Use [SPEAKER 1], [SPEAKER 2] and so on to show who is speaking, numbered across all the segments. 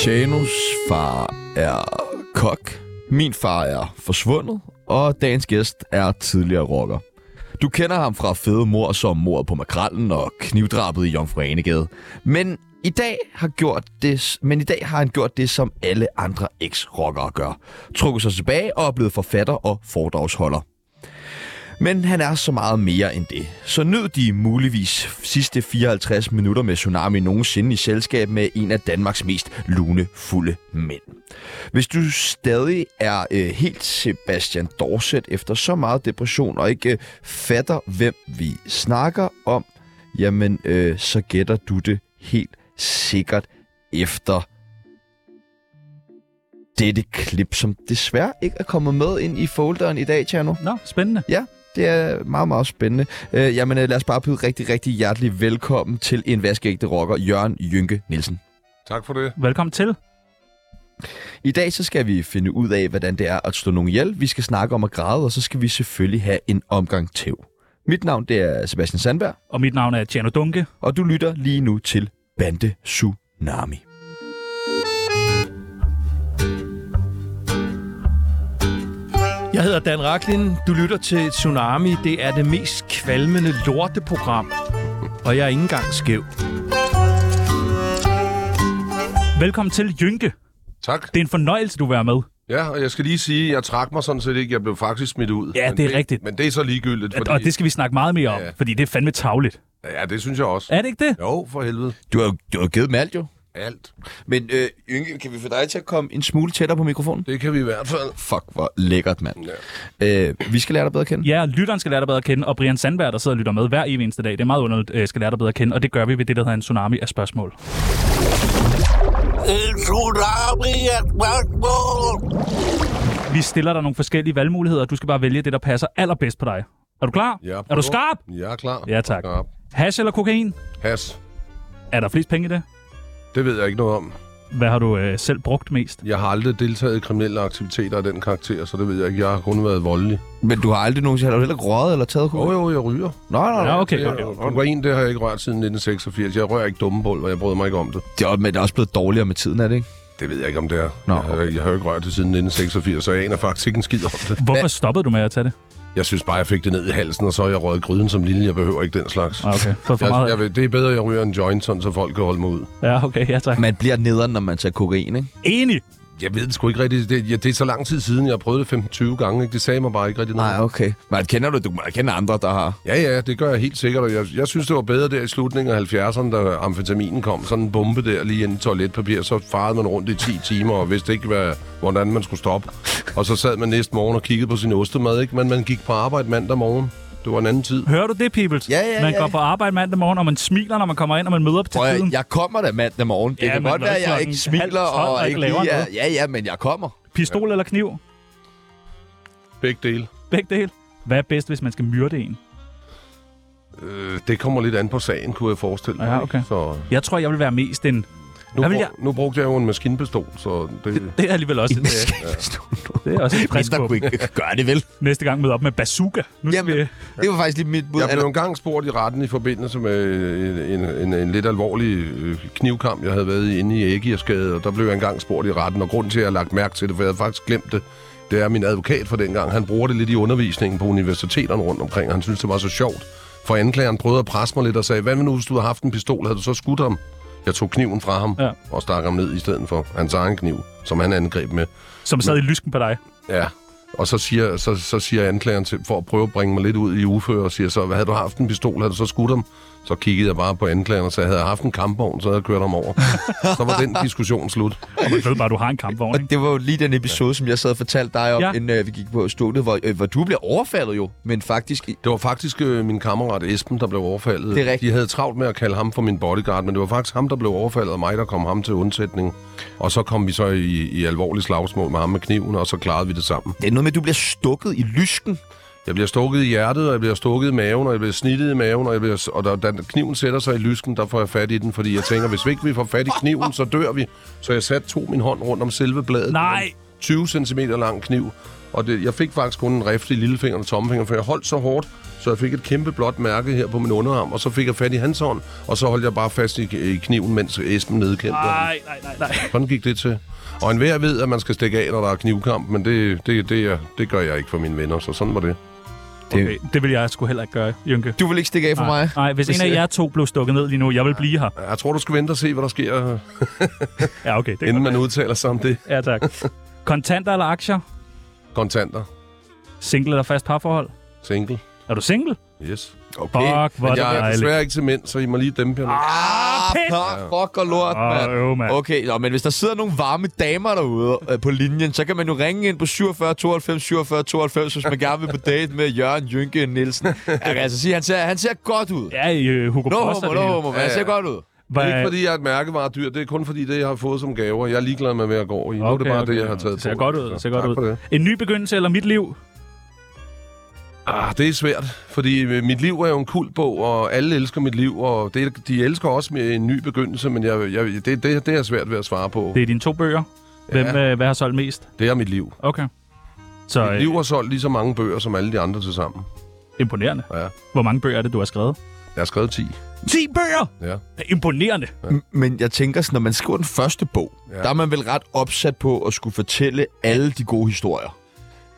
[SPEAKER 1] Chanos far er kok, min far er forsvundet, og dagens gæst er tidligere rocker. Du kender ham fra fede mor som mordet på Makrallen og knivdrabet i Jomfru Anegade. Men i dag har gjort det, men i dag har han gjort det, som alle andre eks-rockere gør. Trukket sig tilbage og er blevet forfatter og foredragsholder. Men han er så meget mere end det. Så nyd de muligvis sidste 54 minutter med Tsunami nogensinde i selskab med en af Danmarks mest lunefulde mænd. Hvis du stadig er øh, helt Sebastian Dorset efter så meget depression og ikke øh, fatter, hvem vi snakker om, jamen øh, så gætter du det helt sikkert efter dette klip, som desværre ikke er kommet med ind i folderen i dag, Tjerno.
[SPEAKER 2] Nå, spændende.
[SPEAKER 1] Det er meget, meget spændende. Øh, jamen, øh, lad os bare byde rigtig, rigtig hjertelig velkommen til en vaskeægte rocker, Jørgen Jynke Nielsen.
[SPEAKER 3] Tak for det.
[SPEAKER 2] Velkommen til.
[SPEAKER 1] I dag så skal vi finde ud af, hvordan det er at slå nogen ihjel. Vi skal snakke om at græde, og så skal vi selvfølgelig have en omgang tæv. Mit navn det er Sebastian Sandberg,
[SPEAKER 2] Og mit navn er Tjerno Dunke.
[SPEAKER 1] og du lytter lige nu til Bande Tsunami.
[SPEAKER 4] Jeg hedder Dan Raklin. Du lytter til Tsunami. Det er det mest kvalmende lorteprogram. Og jeg er ikke engang skæv.
[SPEAKER 2] Velkommen til Jynke.
[SPEAKER 3] Tak.
[SPEAKER 2] Det er en fornøjelse, du vil være med.
[SPEAKER 3] Ja, og jeg skal lige sige, at jeg trak mig sådan set ikke. Jeg blev faktisk smidt ud.
[SPEAKER 2] Ja,
[SPEAKER 3] Men
[SPEAKER 2] det er rigtigt.
[SPEAKER 3] Men det er så ligegyldigt,
[SPEAKER 2] Fordi...
[SPEAKER 3] fordi...
[SPEAKER 2] Og det skal vi snakke meget mere om,
[SPEAKER 3] Ja.
[SPEAKER 2] fordi det er fandme tavligt.
[SPEAKER 3] Ja, det synes jeg også.
[SPEAKER 2] Er det ikke det?
[SPEAKER 3] Jo, for helvede.
[SPEAKER 1] Du har jo du har givet med alt jo.
[SPEAKER 3] Alt.
[SPEAKER 1] Men øh, Jynke, kan vi få dig til at komme en smule tættere på mikrofonen?
[SPEAKER 3] Det kan vi i hvert fald.
[SPEAKER 1] Fuck, hvor lækkert, mand. Ja. Øh, vi skal lære dig bedre at kende.
[SPEAKER 2] Ja, og lytteren skal lære dig bedre at kende, og Brian Sandberg, der sidder og lytter med hver evig eneste dag, det er meget underligt, øh, skal lære dig bedre at kende, og det gør vi ved det, der hedder en tsunami af
[SPEAKER 5] En
[SPEAKER 2] spørgsmål.
[SPEAKER 5] tsunami er et spørgsmål.
[SPEAKER 2] Vi stiller dig nogle forskellige valgmuligheder, og du skal bare vælge det, der passer allerbedst på dig. Er du klar?
[SPEAKER 3] Ja,
[SPEAKER 2] er du
[SPEAKER 3] prøv.
[SPEAKER 2] skarp?
[SPEAKER 3] Jeg er klar.
[SPEAKER 2] Ja, tak.
[SPEAKER 3] Ja.
[SPEAKER 2] Hash eller kokain?
[SPEAKER 3] Has,
[SPEAKER 2] Er der flest penge i det?
[SPEAKER 3] det ved jeg ikke noget om.
[SPEAKER 2] Hvad har du øh, selv brugt mest?
[SPEAKER 3] Jeg har aldrig deltaget i kriminelle aktiviteter af den karakter, så det ved jeg ikke. Jeg har kun været voldelig.
[SPEAKER 1] Men du har aldrig nogensinde, har du heller ikke røget eller taget
[SPEAKER 3] Jo,
[SPEAKER 1] kokain?
[SPEAKER 3] jo, jeg ryger.
[SPEAKER 1] Nej, nej,
[SPEAKER 2] Ja,
[SPEAKER 1] nej.
[SPEAKER 2] okay. okay.
[SPEAKER 3] Jeg, kokain, det har jeg ikke rørt siden 1986. Jeg rører ikke dummebål, og jeg bryder mig ikke om det.
[SPEAKER 1] Det er, men det er også blevet dårligere med tiden, er det ikke?
[SPEAKER 3] Det ved jeg ikke, om det er.
[SPEAKER 1] Nå,
[SPEAKER 3] jeg, har- jeg har jo ikke rørt det siden 1986, så jeg aner faktisk ikke en skid om det.
[SPEAKER 2] Hvorfor stoppede du med at tage det?
[SPEAKER 3] Jeg synes bare, jeg fik det ned i halsen, og så har jeg røget gryden som lille. Jeg behøver ikke den slags.
[SPEAKER 2] Ah, Okay, for, for
[SPEAKER 3] Jeg,
[SPEAKER 2] meget.
[SPEAKER 3] jeg vil, det er bedre, at jeg ryger en joint, sådan, så folk kan holde mig ud.
[SPEAKER 2] Ja, okay, ja tak.
[SPEAKER 1] Man bliver nederen, når man tager kokain, ikke?
[SPEAKER 2] Enig!
[SPEAKER 3] Jeg ved det sgu ikke rigtigt. Det, ja, det er så lang tid siden, jeg har prøvet det 15-20 gange. Ikke? Det sagde mig bare ikke rigtigt noget.
[SPEAKER 1] okay. Men kender du, du man kender andre, der har...
[SPEAKER 3] Ja, ja, det gør jeg helt sikkert. og Jeg, jeg synes, det var bedre der i slutningen af 70'erne, da amfetaminen kom. Sådan en bombe der lige ind i toiletpapir. Så farede man rundt i 10 timer og vidste ikke, hvad, hvordan man skulle stoppe. Og så sad man næste morgen og kiggede på sin ostemad. Ikke? Men man gik på arbejde mandag morgen. Det var en anden tid.
[SPEAKER 2] Hører du det, Peoples?
[SPEAKER 1] Ja, ja,
[SPEAKER 2] man
[SPEAKER 1] ja.
[SPEAKER 2] går på arbejde mandag morgen, og man smiler, når man kommer ind, og man møder op til
[SPEAKER 1] Prøv,
[SPEAKER 2] tiden.
[SPEAKER 1] jeg, jeg kommer da mandag morgen. Det
[SPEAKER 2] Ja,
[SPEAKER 1] ja, kan
[SPEAKER 2] men
[SPEAKER 1] godt
[SPEAKER 2] når
[SPEAKER 1] være,
[SPEAKER 2] klokken
[SPEAKER 1] jeg ikke
[SPEAKER 2] halv
[SPEAKER 1] smiler
[SPEAKER 2] tolv og
[SPEAKER 1] og
[SPEAKER 2] ikke
[SPEAKER 1] ikke
[SPEAKER 2] laver
[SPEAKER 1] lige er,
[SPEAKER 2] noget.
[SPEAKER 1] Ja, ja, men jeg kommer.
[SPEAKER 2] Pistol eller kniv?
[SPEAKER 3] Begge dele.
[SPEAKER 2] Begge dele. Hvad er bedst, hvis man skal myrde en?
[SPEAKER 3] Øh, det kommer lidt an på sagen, kunne jeg forestille mig.
[SPEAKER 2] Ja,
[SPEAKER 3] ikke?
[SPEAKER 2] okay.
[SPEAKER 3] Så
[SPEAKER 2] Jeg tror, jeg vil være mest en...
[SPEAKER 3] nu,
[SPEAKER 2] Hvad vil
[SPEAKER 3] brug,
[SPEAKER 2] jeg-
[SPEAKER 3] nu brugte jeg jo en maskinpistol, så det...
[SPEAKER 2] Det er alligevel også en... øh, Det er også et frisk
[SPEAKER 1] Mister
[SPEAKER 2] på.
[SPEAKER 1] Quick gør det vel.
[SPEAKER 2] Næste gang møder op med bazooka. Nu skal
[SPEAKER 1] Jamen,
[SPEAKER 2] vi...
[SPEAKER 1] det var faktisk lige mit bud.
[SPEAKER 3] Jeg blev engang spurgt i retten i forbindelse med øh, en, en, en, en lidt alvorlig øh, knivkamp, jeg havde været i inde i Ægiersgade, og der blev jeg engang spurgt i retten, og grunden til, at jeg har lagt mærke til det, for jeg havde faktisk glemt det, det er min advokat fra dengang. Han bruger det lidt i undervisningen på universiteterne rundt omkring, og han synes, det var så sjovt. For anklageren prøvede at presse mig lidt og sagde, hvad nu, hvis du havde haft en pistol, havde du så skudt ham? Jeg tog kniven fra ham
[SPEAKER 2] Ja.
[SPEAKER 3] ja. og stak ham ned i stedet for hans egen kniv, som han angreb med.
[SPEAKER 2] Som sad i lysken på dig.
[SPEAKER 3] Ja, og så siger, så, så siger anklageren til, for at prøve at bringe mig lidt ud i uføre, og siger så, hvad havde du haft en pistol, havde du så skudt ham? Så kiggede jeg bare på anklageren og sagde, havde jeg haft en kampvogn, så havde jeg kørt ham over. så var den diskussion slut.
[SPEAKER 2] Og man ved bare, du har en kampvogn,
[SPEAKER 1] Og
[SPEAKER 2] ikke?
[SPEAKER 1] det var jo lige den episode, som jeg sad og fortalte dig om,
[SPEAKER 2] Ja.
[SPEAKER 1] ja. inden øh, vi gik på studiet, hvor, øh, hvor du blev overfaldet jo, men faktisk... i-
[SPEAKER 3] Det var faktisk øh, min kammerat Esben, der blev overfaldet.
[SPEAKER 1] Det er rigtigt.
[SPEAKER 3] De havde travlt med at kalde ham for min bodyguard, men det var faktisk ham, der blev overfaldet, og mig, der kom ham til undsætning. Og så kom vi så i, i alvorlig slagsmål med ham med kniven, og så klarede vi det sammen.
[SPEAKER 1] Det er noget med, at du bliver stukket i lysken.
[SPEAKER 3] Jeg bliver stukket i hjertet, og jeg bliver stukket i maven, og jeg bliver snittet i maven, og, jeg bliver, og der, da kniven sætter sig i lysken, der får jeg fat i den, fordi jeg tænker, hvis vi ikke vi får fat i kniven, så dør vi. Så jeg satte to min hånd rundt om selve bladet.
[SPEAKER 2] Nej.
[SPEAKER 3] En 20 cm lang kniv, Og det, jeg fik faktisk kun en rift i lillefingeren og tommelfingeren, for jeg holdt så hårdt, så jeg fik et kæmpe blåt mærke her på min underarm, og så fik jeg fat i hans hånd, og så holdt jeg bare fast i, i kniven, mens Esben nedkæmpede. ham.
[SPEAKER 2] Nej, nej, nej, nej.
[SPEAKER 3] Sådan gik det til. Og enhver ved, at man skal stikke af, når der er knivkamp, men det, det, det, er- det gør jeg ikke for mine venner, så sådan var det.
[SPEAKER 2] Okay, det vil jeg sgu heller ikke gøre, Jynke.
[SPEAKER 1] Du vil ikke stikke af for mig?
[SPEAKER 2] Nej, nej, hvis en af jer to blev stukket ned lige nu, jeg vil blive her.
[SPEAKER 3] Jeg tror, du skal vente og se, hvad der sker, øh,
[SPEAKER 2] Ja, okay, det er
[SPEAKER 3] inden
[SPEAKER 2] godt.
[SPEAKER 3] man udtaler sig om det.
[SPEAKER 2] Ja, tak. Kontanter eller aktier?
[SPEAKER 3] Kontanter.
[SPEAKER 2] Single eller fast parforhold?
[SPEAKER 3] Single.
[SPEAKER 2] Er du single?
[SPEAKER 3] Yes.
[SPEAKER 1] Okay.
[SPEAKER 2] Fuck, hvor
[SPEAKER 3] Men jeg er
[SPEAKER 2] dejligt.
[SPEAKER 3] desværre ikke til mænd, så I må lige dæmpe jer nu.
[SPEAKER 1] Ah,
[SPEAKER 2] pis!
[SPEAKER 1] fuck, fuck og lort,
[SPEAKER 2] Åh,
[SPEAKER 1] mand.
[SPEAKER 2] øv, mand.
[SPEAKER 1] Okay, nå, men hvis der sidder nogle varme damer derude øh, på linjen, så kan man jo ringe ind på 47 92 47 92, hvis man gerne vil på date med Jørgen Jynke Nielsen. Jeg kan altså sige, han ser, han ser godt ud.
[SPEAKER 2] Ja, i øh, Hugo
[SPEAKER 1] No
[SPEAKER 2] Boss. er
[SPEAKER 1] homo,
[SPEAKER 2] det
[SPEAKER 1] no
[SPEAKER 2] hele.
[SPEAKER 1] homo, men han ser godt ud.
[SPEAKER 3] Det er ikke,
[SPEAKER 2] Hvad-
[SPEAKER 3] fordi jeg er et mærkevaredyr. Det er kun fordi, det jeg har fået som gaver. Jeg er ligeglad med, hvad jeg går i. Okay, nu er det
[SPEAKER 2] Okay,
[SPEAKER 3] bare det,
[SPEAKER 2] okay.
[SPEAKER 3] jeg har taget
[SPEAKER 2] Det ser
[SPEAKER 3] på.
[SPEAKER 2] godt ud, det ser godt
[SPEAKER 3] tak
[SPEAKER 2] ud.
[SPEAKER 3] For det.
[SPEAKER 2] En ny begyndelse eller mit liv?
[SPEAKER 3] Ah, det er svært, fordi øh, mit liv er jo en kultbog, og alle elsker mit liv, og det, de elsker også med en ny begyndelse, men jeg, jeg, det, det, det er svært ved at svare på.
[SPEAKER 2] Det er dine to bøger. Hvem,
[SPEAKER 3] Ja.
[SPEAKER 2] øh, hvad har solgt mest?
[SPEAKER 3] Det er mit liv.
[SPEAKER 2] Okay. Så
[SPEAKER 3] Mit
[SPEAKER 2] øh,
[SPEAKER 3] liv har solgt lige så mange bøger, som alle de andre til sammen.
[SPEAKER 2] imponerende.
[SPEAKER 3] Ja.
[SPEAKER 2] Hvor mange bøger er det, du har skrevet?
[SPEAKER 3] Jeg har skrevet 10.
[SPEAKER 2] 10 bøger!
[SPEAKER 3] Ja.
[SPEAKER 2] Imponerende.
[SPEAKER 1] M- Men jeg tænker sådan, når man skriver den første bog,
[SPEAKER 3] Ja.
[SPEAKER 1] der er man vel ret opsat på at skulle fortælle alle de gode historier.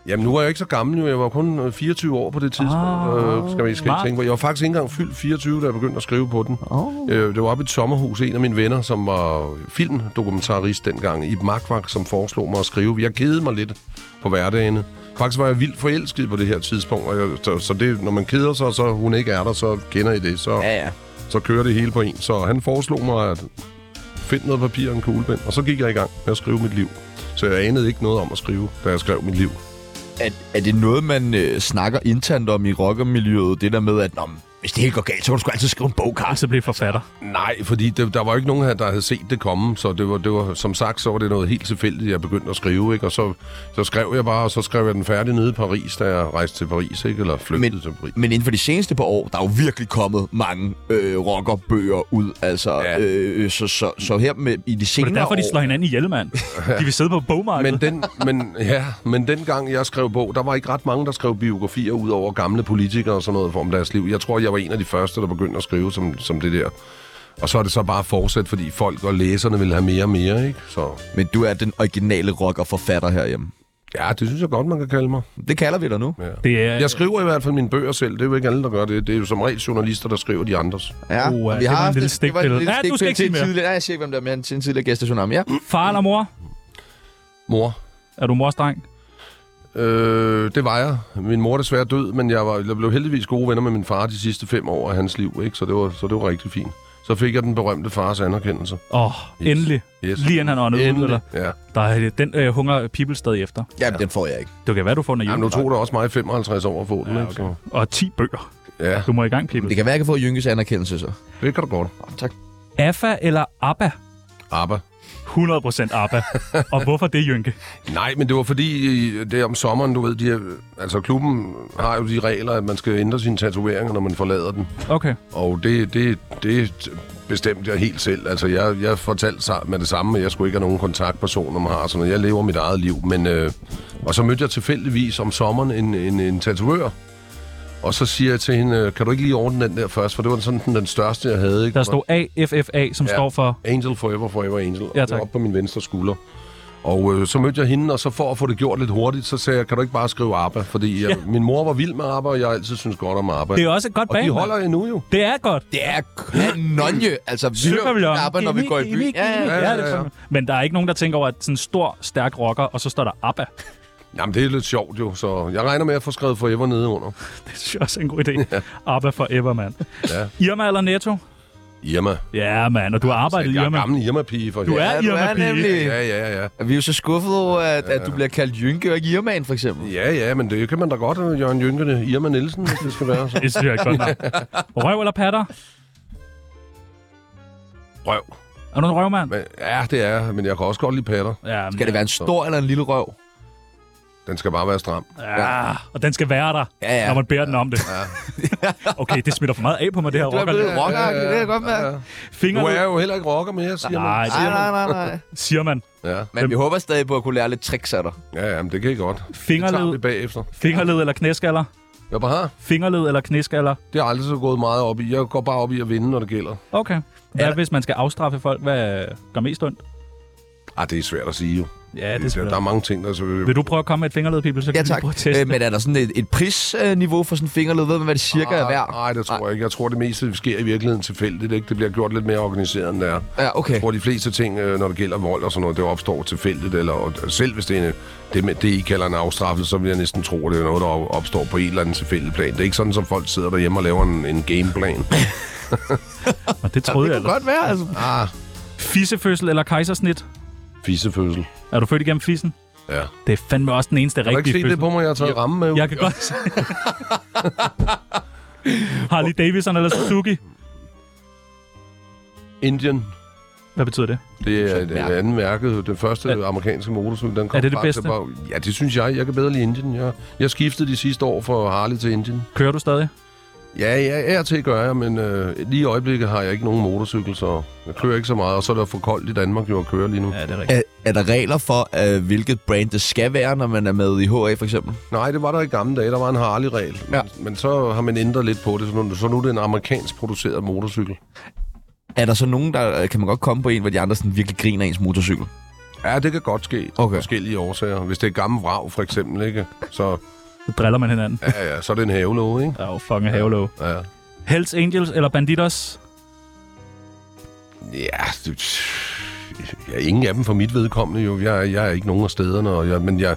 [SPEAKER 3] Jamen, nu er jeg ikke så gammel jo. Jeg var kun øh, 24 år på det tidspunkt.
[SPEAKER 2] Ah,
[SPEAKER 3] øh, skal man skal ikke
[SPEAKER 2] smart.
[SPEAKER 3] tænke på. Jeg var faktisk ikke engang fyldt 24, da jeg begyndte at skrive på den. Oh. Øh, det var oppe i et sommerhus. En af mine venner, som var filmdokumentarist dengang, i Markvak, som foreslog mig at skrive. Jeg kedede mig lidt på hverdagene. Faktisk var jeg vildt forelsket på det her tidspunkt. Og jeg, så, så det, når man keder sig, og så hun ikke er der, så kender I det. Så,
[SPEAKER 1] ja.
[SPEAKER 3] så kører det hele på en. Så han foreslog mig at finde noget papir og en kuglepen. Og så gik jeg i gang med at skrive mit liv. Så jeg anede ikke noget om at skrive, da jeg skrev mit liv.
[SPEAKER 1] Er, er det noget, man øh, snakker internt om i rockermiljøet? Det der med, at Nå, men, hvis det ikke går galt, så kan du sgu altid skrive en bog, Carsten.
[SPEAKER 2] Altså blive forfatter.
[SPEAKER 3] Nej, fordi det, der var jo ikke nogen her, der havde set det komme, så det var, det var, som sagt, så var det noget helt tilfældigt, jeg begyndte at skrive, ikke? og så, så skrev jeg bare, og så skrev jeg den færdig nede i Paris, da jeg rejste til Paris, ikke? eller flygtede
[SPEAKER 1] Men-
[SPEAKER 3] til Paris.
[SPEAKER 1] Men inden for de seneste par år, der er jo virkelig kommet mange øh, rockerbøger ud. Altså, ja.
[SPEAKER 3] Ja.
[SPEAKER 1] øh, så, så, så her med, i de
[SPEAKER 2] Men
[SPEAKER 1] senere
[SPEAKER 2] det er derfor,
[SPEAKER 1] år...
[SPEAKER 2] de slår hinanden ihjel, mand. De vil sidde på bogmarkedet.
[SPEAKER 3] Men, den, men, ja, men dengang jeg skrev bog, der var ikke ret mange, der skrev biografier ud over gamle politikere og sådan noget om deres liv. Jeg tror, jeg var en af de første, der begyndte at skrive som, som det der. Og så er det så bare fortsat, fordi folk og læserne vil have mere og mere, ikke? Så
[SPEAKER 1] Men du er den originale rockerforfatter herhjemme.
[SPEAKER 3] ja, det synes jeg godt, man kan kalde mig.
[SPEAKER 1] Det kalder vi dig nu.
[SPEAKER 2] Det er...
[SPEAKER 3] Jeg skriver i hvert fald mine bøger selv. Det er jo ikke alle, der gør det. Det er jo som regel journalister, der skriver de andres.
[SPEAKER 1] Ja,
[SPEAKER 2] Uh,
[SPEAKER 1] og
[SPEAKER 2] det var en
[SPEAKER 1] haft
[SPEAKER 2] lille
[SPEAKER 1] det var en
[SPEAKER 2] stikpille.
[SPEAKER 1] lille
[SPEAKER 2] Ja, du skal
[SPEAKER 1] stikpille til
[SPEAKER 2] ikke sige
[SPEAKER 1] en
[SPEAKER 2] mere.
[SPEAKER 1] tidligere... Nej, jeg siger ikke, hvem der er, men til en tidligere gæst af Tsunami. Ja.
[SPEAKER 2] Far eller mor?
[SPEAKER 3] Mor.
[SPEAKER 2] Er du morsdreng?
[SPEAKER 3] Øh, det var jeg. Min mor er desværre død, men jeg, var, jeg blev heldigvis gode venner med min far de sidste fem år af hans liv, ikke? Så, det var, så det var rigtig fint. Så fik jeg den berømte fars anerkendelse.
[SPEAKER 2] Åh, oh,
[SPEAKER 3] Yes.
[SPEAKER 2] endelig.
[SPEAKER 3] Yes.
[SPEAKER 2] Lige inden han åndede ud, eller?
[SPEAKER 3] Ja.
[SPEAKER 2] Der er, den øh, hunger people stadig efter.
[SPEAKER 1] Jamen, den får jeg ikke.
[SPEAKER 2] Det kan være, du får den
[SPEAKER 3] Jamen,
[SPEAKER 2] hjemme.
[SPEAKER 3] nu tog det også mig 55 år at få den, ikke? Så,
[SPEAKER 2] Og 10 bøger.
[SPEAKER 3] ja,
[SPEAKER 2] Du må i gang, people.
[SPEAKER 1] Det kan være, jeg kan få Jynkes anerkendelse, så.
[SPEAKER 3] det kan du godt.
[SPEAKER 1] Oh, tak.
[SPEAKER 2] AFA eller ABBA?
[SPEAKER 3] Abba.
[SPEAKER 2] 100% ABBA. Og hvorfor det, Jynke?
[SPEAKER 3] Nej, men det var fordi, øh, det er om sommeren, du ved, de her, altså klubben har jo de regler, at man skal ændre sine tatoveringer, når man forlader den.
[SPEAKER 2] Okay.
[SPEAKER 3] Og det, det, det bestemte jeg helt selv. Altså, jeg, jeg fortalte sig med det samme, at jeg skulle ikke have nogen kontaktpersoner med har sådan noget. Jeg lever mit eget liv. Men, øh, og så mødte jeg tilfældigvis om sommeren en, en, en tatovør. Og så siger jeg til hende, øh, kan du ikke lige ordne den der først? For det var sådan den, den største, jeg havde. Ikke?
[SPEAKER 2] Der stod AFFA, som ja.
[SPEAKER 3] Ja.
[SPEAKER 2] står for...
[SPEAKER 3] Angel Forever, Forever Angel. Og
[SPEAKER 2] Ja,
[SPEAKER 3] det var
[SPEAKER 2] tak.
[SPEAKER 3] Op på min venstre skulder. Og øh, så mødte jeg hende, og så for at få det gjort lidt hurtigt, så sagde jeg, kan du ikke bare skrive ABBA? Fordi jeg, min mor var vild med ABBA, og jeg har altid synes godt om ABBA.
[SPEAKER 2] Det er også et godt
[SPEAKER 3] og
[SPEAKER 2] band.
[SPEAKER 3] de
[SPEAKER 2] mand.
[SPEAKER 3] holder endnu jo.
[SPEAKER 2] Det er godt.
[SPEAKER 1] Det er kanonje. Altså, vi hører
[SPEAKER 2] Søpavillon.
[SPEAKER 1] knapper, når vi går i byen. Ja, ja.
[SPEAKER 3] ja, ja.
[SPEAKER 2] Men der er ikke nogen, der tænker over, at sådan en stor, stærk rocker, og så står der ABBA.
[SPEAKER 3] Jamen, det er lidt sjovt jo, så jeg regner med at få skrevet Forever nede under.
[SPEAKER 2] Det synes jeg også er en god idé. ABBA forever, mand.
[SPEAKER 3] Ja.
[SPEAKER 2] Irma eller Netto?
[SPEAKER 3] Irma.
[SPEAKER 2] Ja, mand. Og du har arbejdet i
[SPEAKER 3] Jeg er
[SPEAKER 2] Irma.
[SPEAKER 3] gammel Irma-pige for
[SPEAKER 2] Du er
[SPEAKER 1] Ja, du
[SPEAKER 2] Irma
[SPEAKER 1] er nemlig.
[SPEAKER 3] Ja, ja, ja.
[SPEAKER 1] Vi er jo så skuffede over, at, at du bliver kaldt Jynke og ikke Irman, for eksempel.
[SPEAKER 3] Ja, ja, men det kan man da godt, øh, Jørgen Jynkerne. Irma Nielsen, hvis det skal være. Så.
[SPEAKER 2] Det synes jeg er et godt nok. Røv eller patter?
[SPEAKER 3] Røv.
[SPEAKER 2] Er du en røvmand?
[SPEAKER 3] Men, ja, det er, men jeg kan også godt lide patter.
[SPEAKER 2] Ja,
[SPEAKER 1] Skal det være en stor eller en lille røv?
[SPEAKER 3] Den skal bare være stram.
[SPEAKER 2] Ja, og den skal være der,
[SPEAKER 1] Ja, ja.
[SPEAKER 2] når man bærer den om det. okay, det smitter for meget af på mig, det her
[SPEAKER 1] Du er
[SPEAKER 2] rocker.
[SPEAKER 1] blevet rocker, det kan jeg godt mærke.
[SPEAKER 2] Fingre
[SPEAKER 3] Nu er jeg
[SPEAKER 2] ned.
[SPEAKER 3] jo heller ikke rocker mere, siger man.
[SPEAKER 1] Nej,
[SPEAKER 2] Nej, siger man.
[SPEAKER 1] nej, nej, nej.
[SPEAKER 2] Siger man.
[SPEAKER 3] Ja,
[SPEAKER 1] Men vi håber stadig på at kunne lære lidt tricks af dig.
[SPEAKER 3] ja, ja men det kan I godt. Det tager vi
[SPEAKER 2] Fingerled,
[SPEAKER 3] bagefter.
[SPEAKER 2] fingerled eller knæskaller?
[SPEAKER 3] Jeg bare har.
[SPEAKER 2] Fingerled eller knæskaller?
[SPEAKER 3] Det har jeg aldrig så gået meget op i. Jeg går bare op i at vinde, når det gælder.
[SPEAKER 2] Okay. Hvad hvis man skal afstraffe folk? Hvad gør mest ondt?
[SPEAKER 3] Ah, det er svært at sige jo.
[SPEAKER 2] Ja, det er
[SPEAKER 3] der, der er
[SPEAKER 2] selvfølgelig.
[SPEAKER 3] mange ting, der så...
[SPEAKER 2] Vil du prøve at komme med et fingerled, Pibel? Så kan
[SPEAKER 1] Ja,
[SPEAKER 2] vi
[SPEAKER 1] tak.
[SPEAKER 2] prøve at teste.
[SPEAKER 1] Øh, men er der sådan et, et prisniveau for sådan en fingerled? Ved man, hvad det cirka er værd?
[SPEAKER 3] Nej, det tror jeg ikke. Jeg tror, det meste sker i virkeligheden tilfældigt. Ikke? Det bliver gjort lidt mere organiseret, end det er.
[SPEAKER 1] Ja, okay.
[SPEAKER 3] Jeg tror, de fleste ting, øh, når det gælder vold og sådan noget, det opstår tilfældigt. Eller, og selv hvis det er en, det, med- det, I kalder en afstraffelse, så vil jeg næsten tro, at det er noget, der op- opstår på en eller anden tilfældig plan. Det er ikke sådan, som folk sidder derhjemme og laver en, en gameplan.
[SPEAKER 2] Og det troede jeg
[SPEAKER 1] Det kunne
[SPEAKER 2] altså.
[SPEAKER 1] godt være, altså.
[SPEAKER 3] ah,
[SPEAKER 2] Fissefødsel eller kejsersnit?
[SPEAKER 3] fissefødsel.
[SPEAKER 2] Er du født igennem fissen?
[SPEAKER 3] Ja.
[SPEAKER 2] Det er fandme også den eneste
[SPEAKER 3] Kan du ikke
[SPEAKER 2] rigtige
[SPEAKER 3] se det
[SPEAKER 2] fødsel.
[SPEAKER 3] på mig, jeg har taget ramme med?
[SPEAKER 2] Jeg kan godt se. Harley Davidson eller Suzuki?
[SPEAKER 3] Indian.
[SPEAKER 2] Hvad betyder det?
[SPEAKER 3] Det er
[SPEAKER 1] Sådan
[SPEAKER 3] et
[SPEAKER 1] mærke.
[SPEAKER 3] andet mærke. Den første
[SPEAKER 2] Er-
[SPEAKER 3] amerikanske motorcykel, den kom
[SPEAKER 2] Er det det
[SPEAKER 3] faktisk
[SPEAKER 2] bedste?
[SPEAKER 3] Bare, ja, det synes jeg. Jeg kan bedre lide Indien. Jeg, jeg skiftede de sidste år fra Harley til Indien.
[SPEAKER 2] Kører du stadig?
[SPEAKER 3] Ja, ja, af og til gør jeg, men øh, lige i øjeblikket har jeg ikke nogen motorcykel, så jeg kører ikke så meget. Og så er det for koldt i Danmark jo at køre lige nu. Ja.
[SPEAKER 2] det er
[SPEAKER 1] Er, er der regler for, øh, hvilket brand det skal være, når man er med i HA for eksempel?
[SPEAKER 3] Nej, det var der i gamle dage. Der var en Harley-regel.
[SPEAKER 1] Ja.
[SPEAKER 3] Men, men så har man ændret lidt på det, så nu, så nu er det en amerikansk produceret motorcykel.
[SPEAKER 1] Er der så nogen, der øh, kan man godt komme på en, hvor de andre sådan virkelig griner af ens motorcykel?
[SPEAKER 3] Ja, det kan godt ske.
[SPEAKER 1] Okay.
[SPEAKER 3] Forskellige årsager. Hvis det er gammel vrag, for eksempel, ikke? Så,
[SPEAKER 2] Så driller man hinanden.
[SPEAKER 3] ja, ja, så er det en havelåge, ikke?
[SPEAKER 2] Der er jo fucking havelov.
[SPEAKER 3] Ja.
[SPEAKER 2] Hells Angels eller Banditos?
[SPEAKER 3] Ja, det, ja, ingen af dem for mit vedkommende jo. Jeg, jeg er ikke nogen af stederne, og jeg, men, jeg,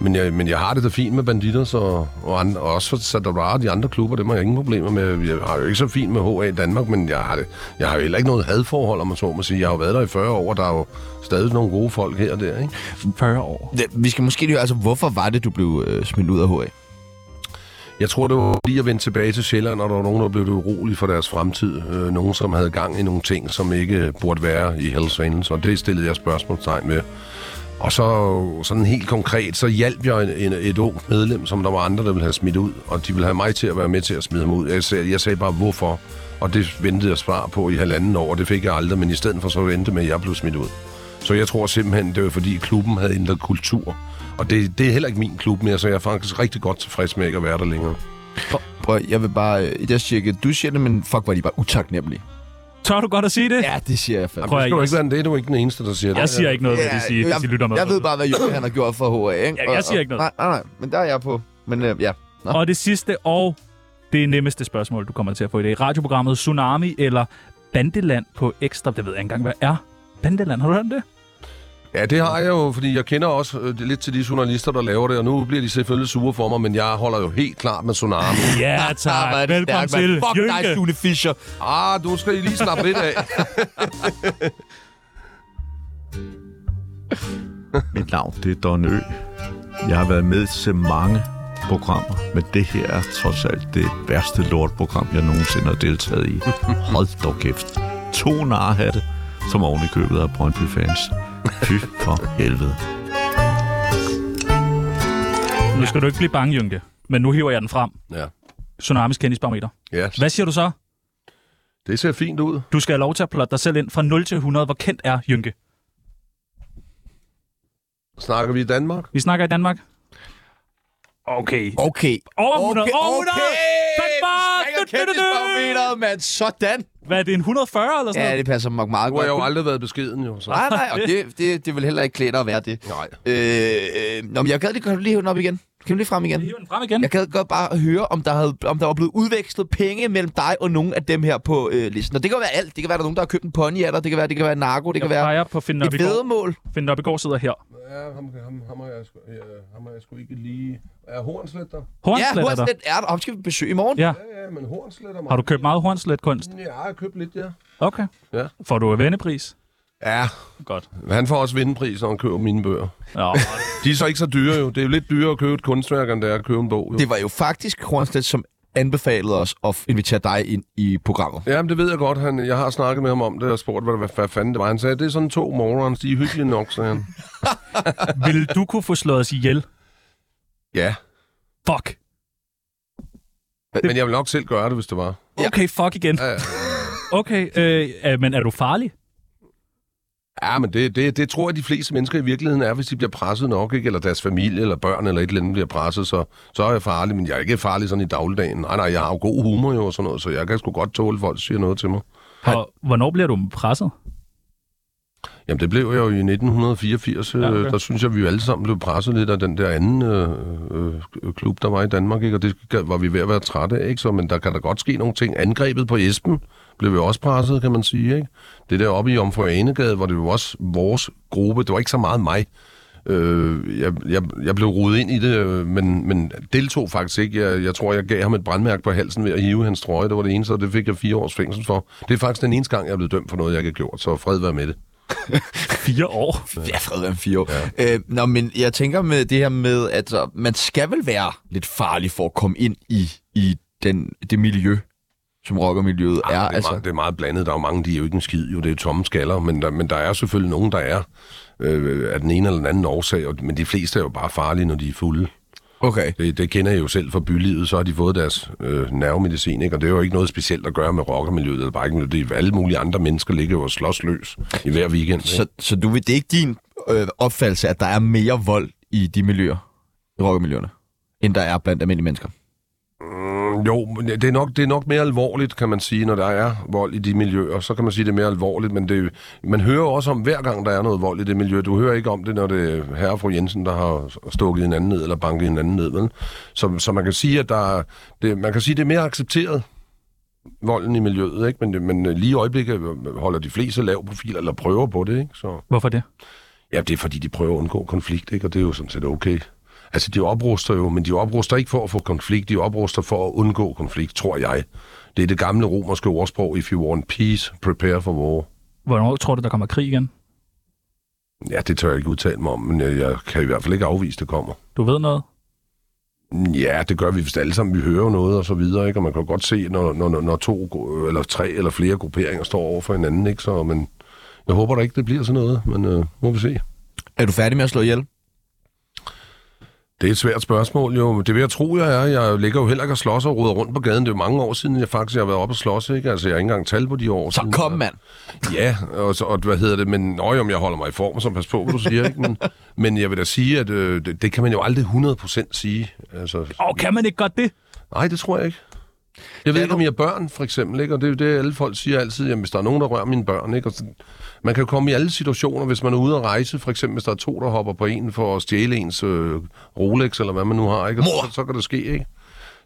[SPEAKER 3] men, jeg, men jeg har det da fint med Banditos og, og, andre, og også for Sadara og de andre klubber, dem har jeg ingen problemer med. Jeg har jo ikke så fint med HA i Danmark, men jeg har, det, jeg har jo heller ikke noget hadforhold, om man så må sige. Jeg har jo været der i 40 år, og der er jo stadig nogle gode folk her og der, ikke?
[SPEAKER 2] 40 år.
[SPEAKER 1] Det, vi skal måske lige høre, altså, hvorfor var det, du blev øh, smidt ud af HA?
[SPEAKER 3] Jeg tror, det var lige at vende tilbage til Sjælland, og der var nogen, der blev lidt urolige for deres fremtid. Øh, nogen, som havde gang i nogle ting, som ikke burde være i Hells Angels, og det stillede jeg spørgsmålstegn ved. Og så sådan helt konkret, så hjalp jeg en, en, et ungt medlem, som der var andre, der ville have smidt ud, og de ville have mig til at være med til at smide ham ud. Jeg sagde, jeg sagde bare, hvorfor? Og det ventede jeg svar på i halvanden år, og det fik jeg aldrig, men i stedet for så endte med, at jeg blev smidt ud. Så jeg tror simpelthen, det var fordi klubben havde ændret kultur. Og det, det er heller ikke min klub mere, så jeg er faktisk rigtig godt tilfreds med ikke at være der længere.
[SPEAKER 1] Prøv, jeg vil bare... øh, Jeg siger ikke, du siger det, men fuck, var de bare utaknemmelige.
[SPEAKER 2] Tør du godt at sige det?
[SPEAKER 1] Ja, det siger jeg fandme.
[SPEAKER 2] Prøv
[SPEAKER 3] Prøv,
[SPEAKER 2] at-
[SPEAKER 3] det skal jo ikke være, det er du ikke den eneste, der siger det.
[SPEAKER 2] Jeg siger ikke noget, hvad
[SPEAKER 1] Ja,
[SPEAKER 2] de siger. hvis De lytter med.
[SPEAKER 1] jeg ved bare, hvad Johan har gjort for HA, ikke?
[SPEAKER 2] Ja, jeg siger ikke noget.
[SPEAKER 1] Nej, nej, nej, men der er jeg på. Men øh, ja, Nå.
[SPEAKER 2] Og det sidste og det nemmeste spørgsmål, du kommer til at få i dag. Radioprogrammet Tsunami eller Bandeland på Ekstra. Det ved jeg ikke engang, hvad er. Bandeland, har du hørt om det?
[SPEAKER 3] Ja, det har jeg jo, fordi jeg kender også øh, lidt til de journalister, der laver det, og nu bliver de selvfølgelig sure for mig, men jeg holder jo helt klart med Tsunami.
[SPEAKER 2] Ja,
[SPEAKER 1] Ah, hvor er
[SPEAKER 2] tak.
[SPEAKER 1] det
[SPEAKER 2] Velkommen
[SPEAKER 1] stærkt,
[SPEAKER 2] til.
[SPEAKER 1] mand. Fuck dig,
[SPEAKER 2] Jynke.
[SPEAKER 1] Sune Fischer.
[SPEAKER 3] ah, du skal I lige slappe lidt af.
[SPEAKER 6] Mit navn det er Don Ø. Jeg har været med til mange programmer, men det her er trods alt det værste lortprogram, jeg nogensinde har deltaget i. Hold dog kæft. To narhatte, som oven i købet af Brøndby-fans. Fy for helvede.
[SPEAKER 2] Nu skal du ikke blive bange, Jynke. Men nu hiver jeg den frem.
[SPEAKER 3] ja.
[SPEAKER 2] Tsunamis kendisbarometer.
[SPEAKER 3] ja,
[SPEAKER 2] Hvad siger du så?
[SPEAKER 3] det ser fint ud.
[SPEAKER 2] Du skal have lov til at plotte dig selv ind fra 0 til 100. Hvor kendt er Jynke?
[SPEAKER 3] Snakker vi i Danmark?
[SPEAKER 2] Vi snakker i Danmark. Okay.
[SPEAKER 1] Okay.
[SPEAKER 2] Over 100.
[SPEAKER 1] Okay,
[SPEAKER 2] Over 100!
[SPEAKER 1] okay.
[SPEAKER 2] Tak bare.
[SPEAKER 1] Ring og kendtisbarometeret, mand. Sådan.
[SPEAKER 2] Hvad er det, en 140 eller sådan
[SPEAKER 1] Ja,
[SPEAKER 2] noget?
[SPEAKER 1] det passer mig meget
[SPEAKER 3] Nu
[SPEAKER 1] godt.
[SPEAKER 3] har jeg jo aldrig været beskeden, jo.
[SPEAKER 2] Ah.
[SPEAKER 3] Så.
[SPEAKER 1] Nej, nej, og det, det, det vil heller ikke klæde dig at være det.
[SPEAKER 3] Nej.
[SPEAKER 1] Øh, øh, nå, men jeg gad lige, kan du lige hæve den op igen? Kan du lige frem igen?
[SPEAKER 2] Hiver den frem igen.
[SPEAKER 1] Jeg gad godt bare høre, om der, havde, om der var blevet udvekslet penge mellem dig og nogen af dem her på øh, listen. Og det kan jo være alt. Det kan være, der er nogen, der har købt en pony af dig. Det kan være, det kan være en narko. Det kan
[SPEAKER 2] Jeg
[SPEAKER 1] være
[SPEAKER 2] peger på Finn
[SPEAKER 1] et
[SPEAKER 2] Nørbegaard.
[SPEAKER 1] vedemål.
[SPEAKER 2] Finn Nørbegaard sidder her.
[SPEAKER 3] Ja, ham, ham, ham, har jeg sgu, ja, ham har jeg sgu ikke lige... Er Hornslet der?
[SPEAKER 1] Ja,
[SPEAKER 2] Hornslet er der.
[SPEAKER 1] Hornslet er der. Og ham skal vi besøge i morgen.
[SPEAKER 2] Ja.
[SPEAKER 3] Ja, ja, men Hornslet er mig.
[SPEAKER 2] Har du købt meget hornslet-kunst?
[SPEAKER 3] Ja, jeg har købt lidt, ja.
[SPEAKER 2] Okay.
[SPEAKER 3] Ja.
[SPEAKER 2] Får du vendepris?
[SPEAKER 3] Ja,
[SPEAKER 2] Godt.
[SPEAKER 3] han får også vindpris, når han køber mine bøger.
[SPEAKER 2] Nå,
[SPEAKER 3] De er så ikke så dyre, jo. Det er jo lidt dyrere at købe et kunstværk, end det er at købe en bog, jo.
[SPEAKER 1] Det var jo faktisk Hornslet, som anbefalede os at invitere dig ind i programmet.
[SPEAKER 3] Jamen, det ved jeg godt. Han, jeg har snakket med ham om det og spurgt, hvad, hvad, hvad fanden det var. Han sagde, det er sådan to morons, de er hyggelige nok, sagde han.
[SPEAKER 2] Vil du kunne få slået os ihjel?
[SPEAKER 3] Ja,
[SPEAKER 2] Fuck.
[SPEAKER 3] men jeg vil nok selv gøre det, hvis det var.
[SPEAKER 2] Okay, fuck igen.
[SPEAKER 3] Ja, ja.
[SPEAKER 2] Okay, øh, øh, men er du farlig?
[SPEAKER 3] Ja, men det, det, det tror jeg, de fleste mennesker i virkeligheden er, hvis de bliver presset nok, ikke? eller deres familie eller børn eller et eller andet bliver presset, så, så er jeg farlig, men jeg er ikke farlig sådan i dagligdagen. Nej, nej, jeg har jo god humor jo og sådan noget, så jeg kan sgu godt tåle, at folk siger noget til mig.
[SPEAKER 2] Og hvornår bliver du presset?
[SPEAKER 3] Jamen, det blev jeg jo i 1984. Ja, okay. Der synes jeg, vi jo alle sammen blev presset lidt af den der anden øh, øh, klub, der var i Danmark, ikke? og det var vi ved at være trætte af. Ikke? Så, men der kan da godt ske nogle ting. Angrebet på Esben blev vi også presset, kan man sige. Ikke? Det der oppe i Omforanegade, hvor det jo også vores gruppe, det var ikke så meget mig. Øh, jeg, jeg, jeg blev rodet ind i det, øh, men, men deltog faktisk ikke. Jeg, jeg tror, jeg gav ham et brandmærke på halsen ved at hive hans trøje. Det var det eneste, og det fik jeg fire års fængsel for. Det er faktisk den eneste gang, jeg er blevet dømt for noget, jeg ikke har gjort, så fred være med det.
[SPEAKER 2] Fire år?
[SPEAKER 1] Ja, fred være med fire år. Ja. Øh, nå, men jeg tænker med det her med, at altså, man skal vel være lidt farlig for at komme ind i, i den, det miljø, som rockermiljøet er.
[SPEAKER 3] Ja, Ah, det, er
[SPEAKER 1] altså,
[SPEAKER 3] meget, det er meget blandet. Der er jo mange, de er jo ikke en skid, jo. det er jo tomme skaller, men der, men der er selvfølgelig nogen, der er øh, af den ene eller den anden årsag, og, men de fleste er jo bare farlige, når de er fulde.
[SPEAKER 1] okay.
[SPEAKER 3] Det, det kender jeg jo selv fra bylivet, så har de fået deres øh, nervemedicin, ikke? og det er jo ikke noget specielt at gøre med rockermiljøet, eller bare ikke, det er alle mulige andre mennesker ligger jo og slås løs i hver weekend. ikke?
[SPEAKER 1] Så, så du vil, det er ikke din øh, opfattelse, at der er mere vold i de miljøer, i rockermiljøerne, end der er blandt almindelige mennesker?
[SPEAKER 3] Øh, Jo, men det er, nok, det er nok mere alvorligt, kan man sige, når der er vold i de miljøer. Så kan man sige, det er mere alvorligt, men det, man hører jo også om, hver gang der er noget vold i det miljø. Du hører ikke om det, når det er herre og fru Jensen, der har stukket hinanden ned eller banket hinanden ned. Vel? Så, så man kan sige, at der, er- det, man kan sige, det er mere accepteret, volden i miljøet. Ikke? Men, det, men lige i øjeblikket holder de fleste lav profil, eller prøver på det. Ikke? Så,
[SPEAKER 2] Hvorfor det?
[SPEAKER 3] ja, det er fordi, de prøver at undgå konflikt, ikke? og det er jo sådan set okay. Altså, de opruster jo, men de opruster ikke for at få konflikt, de opruster for at undgå konflikt, tror jeg. Det er det gamle romerske ordsprog, if you want peace, prepare for war.
[SPEAKER 2] Hvornår tror du, der kommer krig igen?
[SPEAKER 3] Ja, det tør jeg ikke udtale mig om, men jeg, jeg kan i hvert fald ikke afvise, det kommer.
[SPEAKER 2] Du ved noget?
[SPEAKER 3] Ja, det gør vi vist alle sammen. Vi hører jo noget og så videre, ikke? Og man kan jo godt se, når, når, når- når to gru- eller tre eller flere grupperinger står over for hinanden, ikke? Så, men jeg håber da ikke, det bliver sådan noget, men øh, må vi se.
[SPEAKER 1] Er du færdig med at slå ihjel?
[SPEAKER 3] Det er et svært spørgsmål jo. Det vil jeg tro, jeg er. Jeg ligger jo heller ikke og slås og roder rundt på gaden. Det er jo mange år siden, jeg faktisk har været oppe og slås, ikke? Altså, jeg har ikke engang tal på de år.
[SPEAKER 1] Så
[SPEAKER 3] siden.
[SPEAKER 1] kom, mand!
[SPEAKER 3] Ja, og, så, og hvad hedder det? Men nøj, om jeg holder mig i form, så pas på, hvad du siger, ikke? Men, men jeg vil da sige, at øh, det, det, kan man jo aldrig 100% sige. Altså,
[SPEAKER 2] Åh, kan man ikke godt det?
[SPEAKER 3] nej, det tror jeg ikke. Jeg ved ikke, om jeg er børn, for eksempel, ikke? Og det er jo det, alle folk siger altid, jamen, hvis der er nogen, der rører mine børn, ikke? Og så, man kan jo komme i alle situationer, hvis man er ude at rejse, for eksempel, hvis der er to, der hopper på en for at stjæle ens øh, Rolex, eller hvad man nu har, ikke? Og Så, så kan det ske, ikke?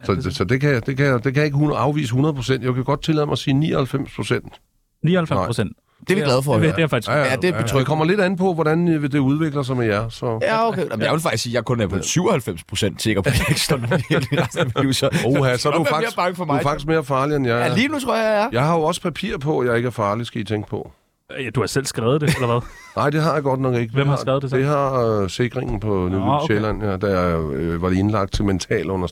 [SPEAKER 3] Så, så, så det, kan, jeg- det, kan, jeg- det kan jeg ikke hun- afvise 100%. Jeg kan godt tillade mig at sige 99%.
[SPEAKER 2] 99
[SPEAKER 3] Nej.
[SPEAKER 2] procent.
[SPEAKER 1] Det er vi glade for.
[SPEAKER 2] Det,
[SPEAKER 1] Ja,
[SPEAKER 2] det er faktisk...
[SPEAKER 1] Ja, det er
[SPEAKER 3] Det
[SPEAKER 1] betryggende.
[SPEAKER 3] kommer lidt an på, hvordan øh, det udvikler sig med jer. Så.
[SPEAKER 1] Ja, okay. Jamen, jeg vil faktisk sige, at jeg kun er på 97 procent sikker på, at jeg ikke slår nogen ihjel i resten af mit liv. Så,
[SPEAKER 3] Oha, så er du,
[SPEAKER 1] Hvem er
[SPEAKER 3] faktisk,
[SPEAKER 1] mere bange for mig?
[SPEAKER 3] du er faktisk mere farlig, end jeg
[SPEAKER 1] ja,
[SPEAKER 3] er.
[SPEAKER 1] lige nu tror jeg, jeg er.
[SPEAKER 3] Jeg har jo også papir på, at jeg ikke er farlig, skal I tænke på.
[SPEAKER 2] Ja, du har selv skrevet det, eller hvad?
[SPEAKER 3] Nej, det har jeg godt nok ikke.
[SPEAKER 2] Hvem har
[SPEAKER 3] har-
[SPEAKER 2] skrevet det så?
[SPEAKER 3] Det har øh, sikringen på New
[SPEAKER 2] Nå, okay.
[SPEAKER 3] okay. Sjælland, ja, der øh, var det indlagt til mental under,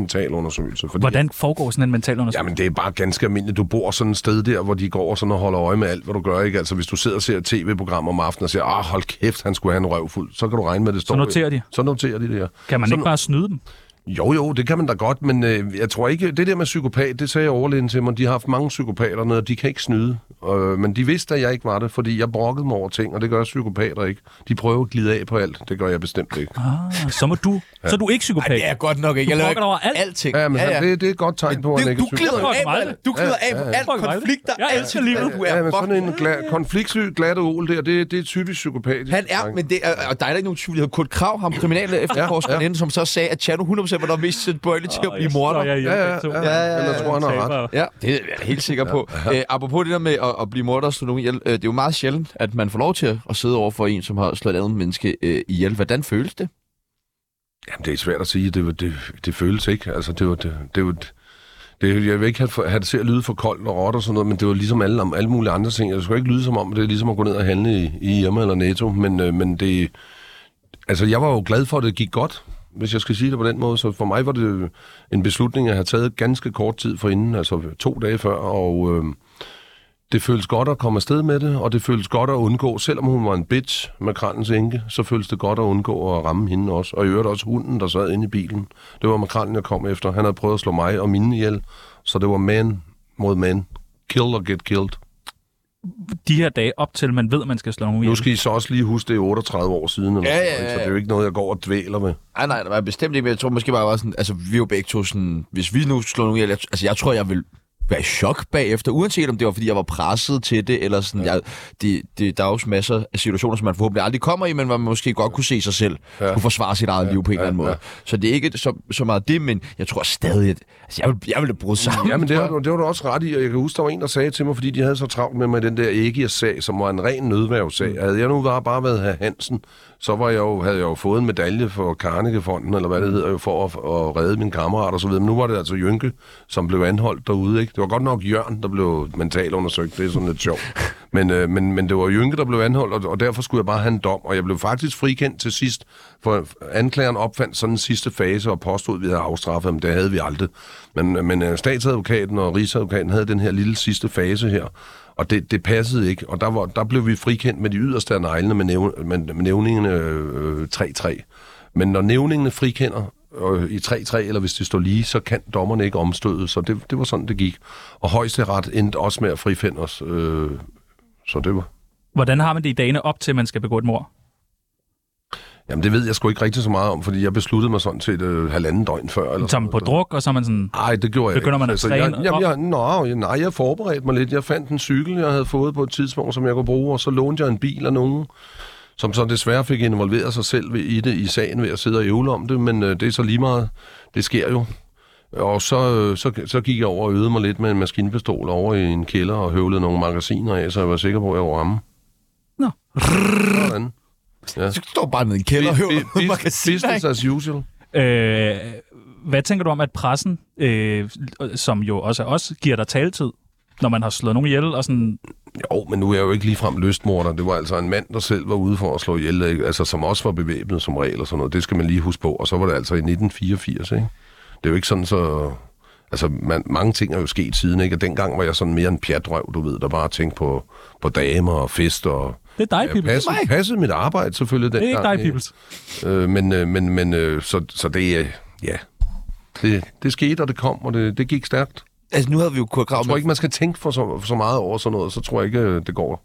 [SPEAKER 3] tvangsmentalundersøgelse. Fordi,
[SPEAKER 2] Hvordan foregår sådan en mental undersøgelse?
[SPEAKER 3] Jamen, det er bare ganske almindeligt. Du bor sådan et sted der, hvor de går og sådan og holder øje med alt, hvad du gør. Ikke? Altså, hvis du sidder og ser et tv-program om aftenen og siger, ah, hold kæft, han skulle have en røvfuld, så kan du regne med, at det står...
[SPEAKER 2] noterer de.
[SPEAKER 3] Så noterer de det, ja.
[SPEAKER 2] Kan man
[SPEAKER 3] så
[SPEAKER 2] ikke bare snyde dem?
[SPEAKER 3] Jo, jo, det kan man da godt, men øh, jeg tror ikke... Det der med psykopat, det sagde overlægen til mig. De har haft mange psykopater, og de kan ikke snyde. Øh, men de vidste, at jeg ikke var det, fordi jeg brokkede mig over ting, og det gør psykopater ikke. De prøver at glide af på alt. Det gør jeg bestemt ikke.
[SPEAKER 2] Ah, så må du... Så er du ikke
[SPEAKER 1] Ej,
[SPEAKER 2] psykopat.
[SPEAKER 1] det er godt nok ikke. Jeg
[SPEAKER 2] Du
[SPEAKER 1] laver
[SPEAKER 2] brokker dig over alt.
[SPEAKER 1] alting.
[SPEAKER 3] Ja, men ja, ja. Det, det er et godt tegn på, at han
[SPEAKER 1] Det,
[SPEAKER 3] ikke
[SPEAKER 1] du
[SPEAKER 3] er psykopat.
[SPEAKER 1] glider
[SPEAKER 2] Jeg
[SPEAKER 1] af
[SPEAKER 2] tror,
[SPEAKER 1] på
[SPEAKER 2] det er
[SPEAKER 1] alt. Du
[SPEAKER 2] mig.
[SPEAKER 1] glider af på
[SPEAKER 3] Ja, ja, ja.
[SPEAKER 1] alt.
[SPEAKER 2] Fuck mig.
[SPEAKER 1] Konflikter
[SPEAKER 2] Jeg
[SPEAKER 1] alt
[SPEAKER 2] elsker
[SPEAKER 1] i
[SPEAKER 2] livet.
[SPEAKER 1] Du
[SPEAKER 3] Ja,
[SPEAKER 1] er
[SPEAKER 3] men sådan
[SPEAKER 1] fucking
[SPEAKER 3] en gla- konfliktsyg, glatte ål der, det, det er typisk psykopatisk.
[SPEAKER 1] Han er, men det er, og der er der ikke nogen tvivl. Det Kurt Krav, ham kriminelle efterforskeren, ja, ja. som så sagde, at Chano 100% var der mest bøjelig til at blive morder.
[SPEAKER 2] Ja,
[SPEAKER 1] Ja,
[SPEAKER 2] ja,
[SPEAKER 3] Ja, ja, ja. ja, ja, ja. Jeg tror, han har ret.
[SPEAKER 1] det er jeg helt sikker på. Æ, apropos det der med at, at blive morder og slå nogen ihjel, øh, det er jo meget sjældent, at man får lov til at- at sidde over for en, som har slået et andet menneske øh, ihjel. Hvordan føles det?
[SPEAKER 3] Jamen, det er svært at sige. Det, var- det, det føles ikke. Altså, det var... Det, det var det, jeg vil ikke have, for- have det til at lyde for koldt og råt og sådan noget, men det var ligesom alle, om alle mulige andre ting. Jeg skulle ikke lyde som om, det er ligesom at gå ned og handle i, i Irma eller Netto, men, øh, men det... Altså, jeg var jo glad for, at det gik godt, hvis jeg skal sige det på den måde. Så for mig var det en beslutning, jeg havde taget ganske kort tid forinden, altså to dage før, og... Øh, det føles godt at komme afsted med det, og det føles godt at undgå, selvom hun var en bitch med krallens enke, så føles det godt at undgå at ramme hende også. Og i øvrigt også hunden, der sad inde i bilen. Det var makrallen, jeg kom efter. Han havde prøvet at slå mig og mine ihjel, så det var man mod man. Kill or get killed.
[SPEAKER 2] de her dage op til, man ved, at man skal slå nogen ihjel.
[SPEAKER 3] Nu skal I så også lige huske, det er 38 år siden, eller
[SPEAKER 1] Ja,
[SPEAKER 3] sådan
[SPEAKER 1] ja,
[SPEAKER 3] noget,
[SPEAKER 1] ja,
[SPEAKER 3] så
[SPEAKER 1] ja.
[SPEAKER 3] det er jo ikke noget, jeg går og dvæler med.
[SPEAKER 1] Nej, nej, det var bestemt ikke, men jeg tror måske bare, var sådan, altså vi er jo begge to sådan, hvis vi nu slår nogen ihjel, jeg- altså jeg tror, jeg vil være i chok bagefter, uanset om det var, fordi jeg var presset til det, eller sådan, ja. jeg, det, det, der er jo masser af situationer, som man forhåbentlig aldrig kommer i, men hvor man måske godt kunne se sig selv, ja. kunne forsvare sit eget ja. liv på en ja. eller anden måde. Ja. Så det er ikke så, så meget det, men jeg tror stadig, at altså, jeg, vil, jeg ville bruge sammen.
[SPEAKER 3] Ja, men det har, du, det har du også ret i, og jeg kan huske, der var en, der sagde til mig, fordi de havde så travlt med mig i den der æggier-sag, som var en ren nødværvsag. Havde jeg nu bare, bare været herr Hansen, så var jeg jo, havde jeg jo fået en medalje for Carnegie-fonden, eller hvad det hedder, jo, for at, at redde min kammerat og så videre. Men nu var det altså Jynke, som blev anholdt derude, ikke? Det var godt nok Jørgen, der blev mentalundersøgt, det er sådan lidt sjovt. Men, øh, men, men det var Jynke, der blev anholdt, og, og derfor skulle jeg bare have en dom, og jeg blev faktisk frikendt til sidst, for anklageren opfandt sådan en sidste fase og påstod, at vi havde afstraffet ham. Det havde vi aldrig. Men, men øh, statsadvokaten og rigsadvokaten havde den her lille sidste fase her, og det, det passede ikke. Og der, var, der blev vi frikendt med de yderste af neglene med, nævn, med, med nævningene øh, 3-3. Men når nævningene frikender øh, i 3-3, eller hvis det står lige, så kan dommerne ikke omstøde. Så det, det var sådan, det gik. Og højesteret endte også med at frifinde os. Øh, så det var...
[SPEAKER 2] Hvordan har man det i dagene op til, at man skal begå et mord?
[SPEAKER 3] Jamen, det ved jeg sgu ikke rigtig så meget om, fordi jeg besluttede mig sådan set øh, halvanden døgn før. Eller
[SPEAKER 2] Som på druk, og så er man sådan...
[SPEAKER 3] Nej, det gjorde jeg
[SPEAKER 2] Begynder
[SPEAKER 3] ikke. Altså,
[SPEAKER 2] man at
[SPEAKER 3] jeg,
[SPEAKER 2] træne
[SPEAKER 3] jamen,
[SPEAKER 2] op?
[SPEAKER 3] jeg, nå, jeg, nej, jeg forberedte mig lidt. Jeg fandt en cykel, jeg havde fået på et tidspunkt, som jeg kunne bruge, og så lånte jeg en bil af nogen, som så desværre fik involveret sig selv ved- i det i sagen ved at sidde og ævle om det, men øh, det er så lige meget. Det sker jo. Og så, øh, så, så gik jeg over og øvede mig lidt med en maskinpistol over i en kælder og høvlede nogle magasiner af, så jeg var sikker på, at jeg var ramme.
[SPEAKER 2] Nå.
[SPEAKER 3] Sådan.
[SPEAKER 1] Så står bare ned i en kælder og hører
[SPEAKER 3] Bi- bi-
[SPEAKER 1] noget magasin,
[SPEAKER 3] Business
[SPEAKER 1] ikke?
[SPEAKER 3] as usual.
[SPEAKER 2] Øh, hvad tænker du om, at pressen, øh, som jo også er os, giver dig taletid, når man har slået nogen ihjel, og sådan...
[SPEAKER 3] Jo, men nu er jeg jo ikke ligefrem lystmorder. Det var altså en mand, der selv var ude for at slå ihjel, ikke? altså som også var bevæbnet som regel og sådan noget. Det skal man lige huske på. Og så var det altså i 1984, ikke? Det er jo ikke sådan så... Altså, man, mange ting er jo sket siden, ikke? Og dengang var jeg sådan mere en pjatrøv, du ved, der bare tænkte på, på damer og fester og...
[SPEAKER 2] Det er dig,
[SPEAKER 3] Jeg
[SPEAKER 2] Pibels.
[SPEAKER 3] passede, passede mit arbejde selvfølgelig
[SPEAKER 2] Det er
[SPEAKER 3] dengang.
[SPEAKER 2] ikke dig, Pibels.
[SPEAKER 3] Øh, men, øh, men, men øh, så, så det... Øh, ja. Det, det skete, og det kom, og det, det gik stærkt.
[SPEAKER 1] Altså nu havde vi jo kunnet grave
[SPEAKER 3] Jeg tror ikke, man skal tænke for så, for så meget over sådan noget, så tror jeg ikke, øh, det går.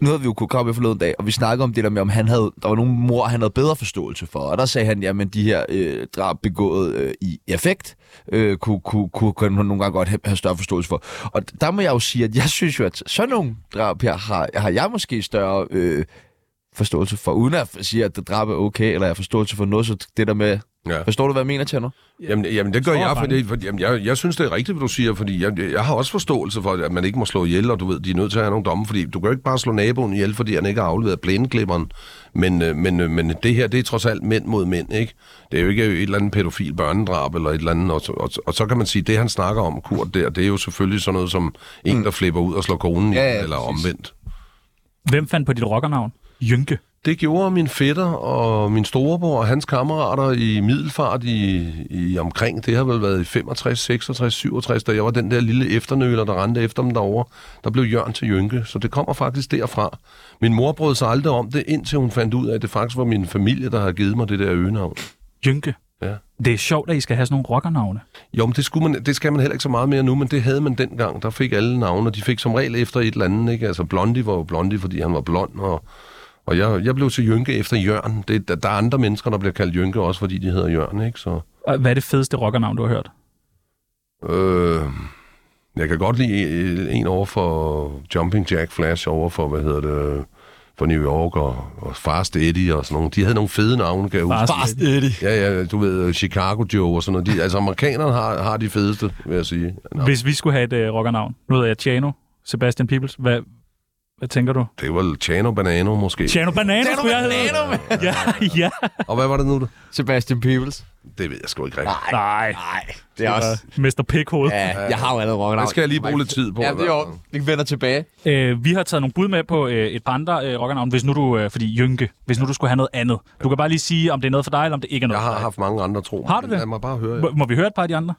[SPEAKER 1] nu havde vi jo kunne komme med forleden dag, og vi snakkede om det der med, om han havde, der var nogle mor, han havde bedre forståelse for. Og der sagde han, jamen de her øh, drab begået øh, i effekt, øh, kunne, kunne, kunne, kunne han nogle gange godt have, have større forståelse for. Og der må jeg jo sige, at jeg synes jo, at sådan nogle drab her, har, har jeg måske større øh, forståelse for, uden at sige, at det drab er okay, eller jeg har forståelse for noget, så det der med...
[SPEAKER 3] Ja.
[SPEAKER 1] Forstår du, hvad jeg mener, Tjerno?
[SPEAKER 3] Jamen, jamen det gør
[SPEAKER 2] Stor
[SPEAKER 3] jeg,
[SPEAKER 2] bange.
[SPEAKER 3] fordi, fordi jamen, jeg, jeg synes, det er rigtigt, hvad du siger, fordi jeg, jeg har også forståelse for, at man ikke må slå ihjel, og du ved, de er nødt til at have nogle domme, fordi du kan jo ikke bare slå naboen ihjel, fordi han ikke har afleveret plæneklipperen. Men, øh, men, øh, men det her, det er trods alt mænd mod mænd, ikke? Det er jo ikke et eller andet pædofil børnedrab eller et eller andet, og, så- og, og så kan man sige, det han snakker om, Kurt, der, det er jo selvfølgelig sådan noget som en, der flipper ud og slår konen
[SPEAKER 1] Mm. Ja,
[SPEAKER 3] ja,
[SPEAKER 1] ja,
[SPEAKER 3] ja, eller
[SPEAKER 1] præcis.
[SPEAKER 3] omvendt.
[SPEAKER 2] Hvem fandt på dit rockernavn? Jynke.
[SPEAKER 3] Det gjorde min fætter og min storebror og hans kammerater i middelfart i, i omkring, det har vel været i 65, 66, 67, da jeg var den der lille efternøler, der rendte efter dem derovre. Der blev Jørgen til Jynke, så det kommer faktisk derfra. Min mor brød sig aldrig om det, indtil hun fandt ud af, at det faktisk var min familie, der havde givet mig det der øgenavn.
[SPEAKER 2] Jynke.
[SPEAKER 3] Ja.
[SPEAKER 2] Det er sjovt, at I skal have sådan nogle rockernavne.
[SPEAKER 3] Jo, men det, skulle man, det skal man heller ikke så meget mere nu, men det havde man dengang. Der fik alle navne, og de fik som regel efter et eller andet. Ikke? Altså Blondie var jo Blondie, fordi han var blond, og, og jeg, jeg blev til Jynke efter Jørgen. Det, der, der er andre mennesker, der bliver kaldt Jynke også, fordi de hedder Jørgen, ikke? Så,
[SPEAKER 2] Og Hvad er det fedeste rockernavn, du har hørt?
[SPEAKER 3] øh, jeg kan godt lide en- en over for Jumping Jack Flash, over for, hvad hedder det, for New York og, og Fast Eddie og sådan nogle. De havde nogle fede navne, kan jeg huske.
[SPEAKER 2] Fast
[SPEAKER 1] Eddie.
[SPEAKER 3] Ja, ja, du ved, øh, Chicago Joe og sådan noget. De, altså, amerikanerne har, har de fedeste, vil jeg sige. Nå,
[SPEAKER 2] Hvis vi skulle have et øh, rockernavn. Nu hedder jeg Tjano. Sebastian Pibels. Hvad, hvad tænker du?
[SPEAKER 3] Det var Chano Banano måske.
[SPEAKER 2] Tjano Banano, skulle jeg hedde. Ja, ja.
[SPEAKER 3] Og hvad var det nu? du-
[SPEAKER 1] Sebastian Peebles.
[SPEAKER 3] Det ved jeg sgu ikke rigtigt.
[SPEAKER 2] Nej.
[SPEAKER 1] Nej, det er også...
[SPEAKER 2] Mr. Pikhoved.
[SPEAKER 1] Ja, jeg har jo allerede rocket
[SPEAKER 3] Det skal jeg lige bruge lidt tid på.
[SPEAKER 1] Ja, det er jo, vi vender tilbage.
[SPEAKER 2] Øh, vi har taget nogle bud med på øh, et par andre øh, rockernavn, hvis nu du, øh, fordi Jynke, hvis nu du skulle have noget andet. Du kan bare lige sige, om det er noget for dig, eller om det ikke er noget
[SPEAKER 3] Jeg har
[SPEAKER 2] for dig.
[SPEAKER 3] haft mange andre, tro. mig.
[SPEAKER 2] Har du det?
[SPEAKER 3] Lad mig bare høre.
[SPEAKER 2] Må, må vi høre et par af de andre?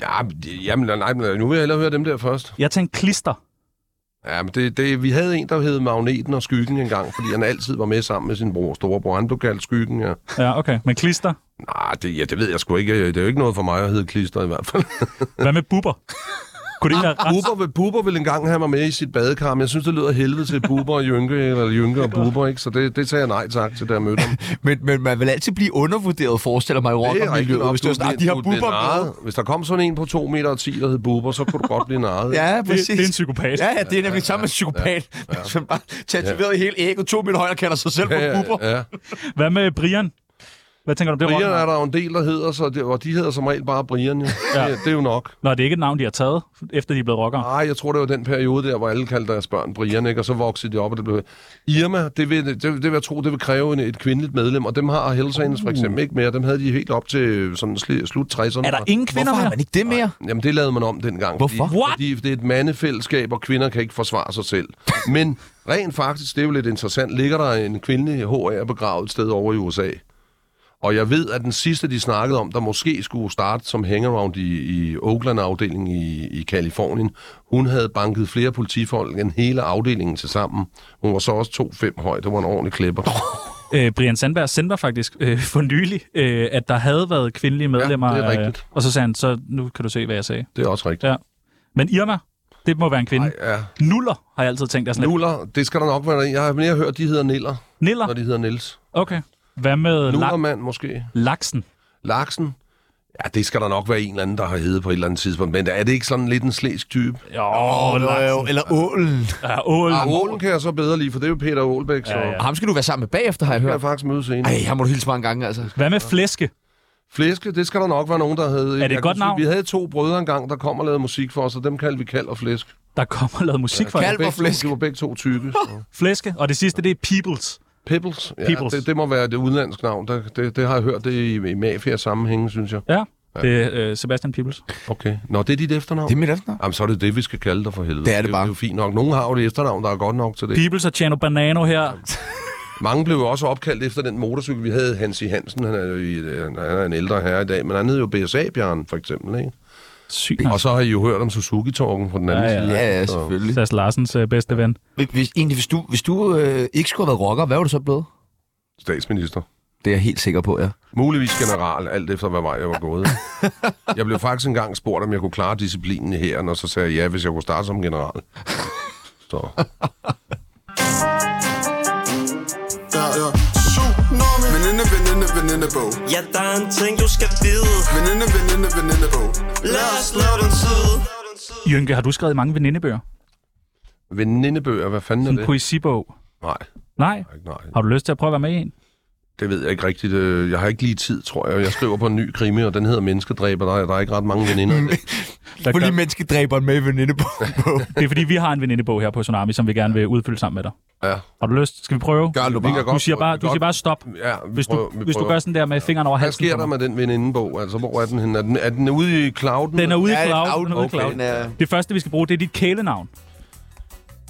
[SPEAKER 3] Ja, men det- jamen, nej, men nu vil jeg hellere høre dem der først.
[SPEAKER 2] Jeg tænkte Klister.
[SPEAKER 3] Ja, men det, det, vi havde en, der hed Magneten og Skyggen engang, fordi han altid var med sammen med sin bror, storebror. Han blev kaldt Skyggen, ja.
[SPEAKER 2] Ja, okay. Men Klister.
[SPEAKER 3] Nej, det, ja, det ved jeg sgu ikke. Det er jo ikke noget for mig at hedde Klister i hvert fald.
[SPEAKER 2] Hvad med Bubber? Kunne det ikke
[SPEAKER 1] Ah,
[SPEAKER 2] være ret?
[SPEAKER 3] Buber, vil, Buber vil engang have mig med i sit badekar, men jeg synes, det lyder af helvede til Buber og Jynke, eller Jynke og Buber, ikke? Så det, det tager jeg nej tak til, da jeg mødte ham.
[SPEAKER 1] Men, men man vil altid blive undervurderet, forestiller mig, i
[SPEAKER 3] rigtigt
[SPEAKER 1] rockermiljøet,
[SPEAKER 3] nok.
[SPEAKER 1] hvis det var
[SPEAKER 3] Du
[SPEAKER 1] sådan,
[SPEAKER 3] er
[SPEAKER 1] "Ah, de har
[SPEAKER 3] blevet- du er blevet
[SPEAKER 1] buber med.
[SPEAKER 3] narret. Hvis der kom sådan en på 2 meter og 10, der hed Buber, så kunne du godt blive narret.
[SPEAKER 1] Ja,
[SPEAKER 2] Det,
[SPEAKER 1] præcis.
[SPEAKER 2] det er en psykopat.
[SPEAKER 1] Ja, ja, det er nemlig samme med psykopat, ja, ja. som bare tatoverer ja. hele ægget to meter højt og kalder sig selv for
[SPEAKER 3] ja,
[SPEAKER 1] buber.
[SPEAKER 3] ja.
[SPEAKER 2] Hvad med Brian? Hvad tænker du om det?
[SPEAKER 3] Brian
[SPEAKER 2] Rotten?
[SPEAKER 3] er der jo en del, der hedder, så det, og de hedder som regel bare Brian. Jo.
[SPEAKER 2] Ja.
[SPEAKER 3] Ja. Det, det er jo nok.
[SPEAKER 2] Nå, det er ikke et navn, de har taget, efter de er blevet rockere.
[SPEAKER 3] Nej, jeg tror, det var den periode der, hvor alle kaldte deres børn Brian, ikke? og så voksede de op, og det blev... Irma, det vil, det, det vil jeg tro, det vil kræve en, et kvindeligt medlem, og dem har Hells Angels for eksempel ikke mere. Dem havde de helt op til sådan sli, slut 60'erne.
[SPEAKER 2] Er der ingen kvinder
[SPEAKER 1] Hvorfor har
[SPEAKER 2] mere?
[SPEAKER 1] man ikke det mere?
[SPEAKER 3] Jamen, det lavede man om dengang.
[SPEAKER 1] Hvorfor?
[SPEAKER 3] Fordi,
[SPEAKER 2] What?
[SPEAKER 3] fordi det er et mandefællesskab, og kvinder kan ikke forsvare sig selv. Men rent faktisk, det er jo lidt interessant, ligger der en kvindelig HR begravet et sted over i USA. Og jeg ved, at den sidste, de snakkede om, der måske skulle starte som hangaround i, i Oakland-afdelingen i, i Kalifornien, hun havde banket flere politifolk end hele afdelingen til sammen. Hun var så også 2-5 høj. Det var en ordentlig klipper.
[SPEAKER 2] Øh, Brian Sandberg sendte mig faktisk øh, for nylig, øh, at der havde været kvindelige medlemmer.
[SPEAKER 3] det er
[SPEAKER 2] af-
[SPEAKER 3] rigtigt.
[SPEAKER 2] og så sagde han, så nu kan du se, hvad jeg sagde.
[SPEAKER 3] Det er også rigtigt.
[SPEAKER 2] Ja. Men Irma, det må være en kvinde.
[SPEAKER 3] Ej, ja.
[SPEAKER 2] Nuller har jeg altid tænkt. Altså, Nuller.
[SPEAKER 3] Nuller, det skal der nok være. Jeg har mere hørt, de hedder Niller, når
[SPEAKER 2] Niller?
[SPEAKER 3] de hedder Nils.
[SPEAKER 2] Okay. Hvad med la-
[SPEAKER 3] Nullermand måske.
[SPEAKER 2] laksen?
[SPEAKER 3] Laksen? Ja, det skal der nok være en eller anden, der har heddet på et eller andet tidspunkt. Men er det ikke sådan lidt en slæsk type?
[SPEAKER 2] Jo, oh, laksen.
[SPEAKER 1] Eller ålen.
[SPEAKER 2] Ja, ål.
[SPEAKER 3] Ah, Ålen kan jeg så bedre lide, for det er jo Peter Ålbæk, så
[SPEAKER 2] Ja,
[SPEAKER 3] ja,
[SPEAKER 2] ja.
[SPEAKER 3] ja.
[SPEAKER 1] Og ham skal du være sammen med bagefter, har jeg
[SPEAKER 3] kan jeg
[SPEAKER 1] hørt.
[SPEAKER 3] faktisk mødes en.
[SPEAKER 1] Ej, ham må du hilse mange gange, altså.
[SPEAKER 2] Hvad med flæske?
[SPEAKER 3] Flæske, det skal der nok være nogen, der havde.
[SPEAKER 2] det et
[SPEAKER 3] Jeg kan
[SPEAKER 2] godt
[SPEAKER 3] huske,
[SPEAKER 2] navn?
[SPEAKER 3] Vi havde to brødre engang, der kom og lavede musik for os, og dem kaldte vi Kald og Flæsk.
[SPEAKER 2] Der kommer og lavet musik for
[SPEAKER 1] Kald-
[SPEAKER 2] jer.
[SPEAKER 1] Kald- og
[SPEAKER 3] Begge to-
[SPEAKER 1] Flæsk.
[SPEAKER 3] De var begge to tykke. så.
[SPEAKER 2] Flæske. Og det sidste, det er peoples.
[SPEAKER 3] Pibbles, ja,
[SPEAKER 2] Pibbles.
[SPEAKER 3] Det, det, må være det udenlandske navn. Det, det, det har jeg hørt det i, i mafia-sammenhænge, synes jeg.
[SPEAKER 2] Ja, det er øh, Sebastian Peoples.
[SPEAKER 3] Okay. Nå, det er dit efternavn?
[SPEAKER 1] Det er mit efternavn.
[SPEAKER 3] Jamen, så er det det, vi skal kalde dig for helvede.
[SPEAKER 1] Det er det
[SPEAKER 3] Det
[SPEAKER 1] bare.
[SPEAKER 3] er jo fint nok. Nogen har jo det efternavn, der er godt nok til det.
[SPEAKER 2] Peoples og Chano Banano her.
[SPEAKER 3] Mange blev jo også opkaldt efter den motorcykel, vi havde. Hansi Hansen, han er jo i, øh, han er en ældre herre i dag, men han hed jo BSA-bjørn, for eksempel. Ikke?
[SPEAKER 2] Sygt.
[SPEAKER 3] Og så har I jo hørt om Suzuki-torken på den anden
[SPEAKER 2] Ja,
[SPEAKER 3] ja,
[SPEAKER 2] ja.
[SPEAKER 3] ja. side.
[SPEAKER 1] Ja, ja,
[SPEAKER 3] Så-
[SPEAKER 1] selvfølgelig.
[SPEAKER 2] Sas Larsens øh, bedste ven.
[SPEAKER 1] Hvis- Hvis, egentlig, hvis du, hvis du øh, ikke skulle have været rocker, hvad var du så blevet?
[SPEAKER 3] Statsminister.
[SPEAKER 1] Det er jeg helt sikker på, ja.
[SPEAKER 3] Muligvis general, alt efter hvad vej jeg var gået. Jeg blev faktisk engang spurgt, om jeg kunne klare disciplinen i hæren, og så sagde jeg ja, hvis jeg kunne starte som general. Så.
[SPEAKER 7] Ja. Tsunami. Veninde, veninde, veninde bog.
[SPEAKER 8] Ja, der er en ting, du skal vide.
[SPEAKER 7] Veninde, veninde, veninde bog.
[SPEAKER 8] Lad os lave den tid.
[SPEAKER 2] Jynke, har du skrevet mange venindebøger?
[SPEAKER 3] Venindebøger, hvad fanden er
[SPEAKER 2] En
[SPEAKER 3] det?
[SPEAKER 2] poesibog?
[SPEAKER 3] Nej,
[SPEAKER 2] Nej.
[SPEAKER 3] nej.
[SPEAKER 2] Har du lyst til at prøve at være med i en?
[SPEAKER 3] Det ved jeg ikke rigtigt. Øh, Jeg har ikke lige tid, tror jeg. Jeg skriver på en ny krimi, og den hedder Menneskedræber. Der er, der er ikke ret mange veninder. i det.
[SPEAKER 1] Få
[SPEAKER 2] Der gør-
[SPEAKER 1] lige menneskedræberen med i veninde på.
[SPEAKER 2] Det er fordi, vi har en venindebog her på Tsunami, som vi gerne vil udfylde sammen med dig.
[SPEAKER 3] Ja.
[SPEAKER 2] Har du lyst? Skal vi prøve?
[SPEAKER 3] Gør du bare. Vi kan
[SPEAKER 2] Du
[SPEAKER 3] godt
[SPEAKER 2] siger
[SPEAKER 3] prøve.
[SPEAKER 2] bare,
[SPEAKER 3] Vi
[SPEAKER 2] du
[SPEAKER 3] kan
[SPEAKER 2] siger
[SPEAKER 3] godt-
[SPEAKER 2] bare stop.
[SPEAKER 3] Ja, vi
[SPEAKER 2] Hvis du,
[SPEAKER 3] prøver, vi
[SPEAKER 2] hvis du
[SPEAKER 3] prøver.
[SPEAKER 2] gør sådan der med fingeren over
[SPEAKER 3] Hvad
[SPEAKER 2] halsen.
[SPEAKER 3] sker
[SPEAKER 2] på
[SPEAKER 3] der
[SPEAKER 2] mig.
[SPEAKER 3] med den venindebog? Altså, hvor er den henne? Er den, er den ude i clouden?
[SPEAKER 2] Den er ude i
[SPEAKER 1] Ja,
[SPEAKER 2] cloud. Den er ude i
[SPEAKER 3] okay.
[SPEAKER 2] cloud. Det første, vi skal bruge, det er dit kælenavn.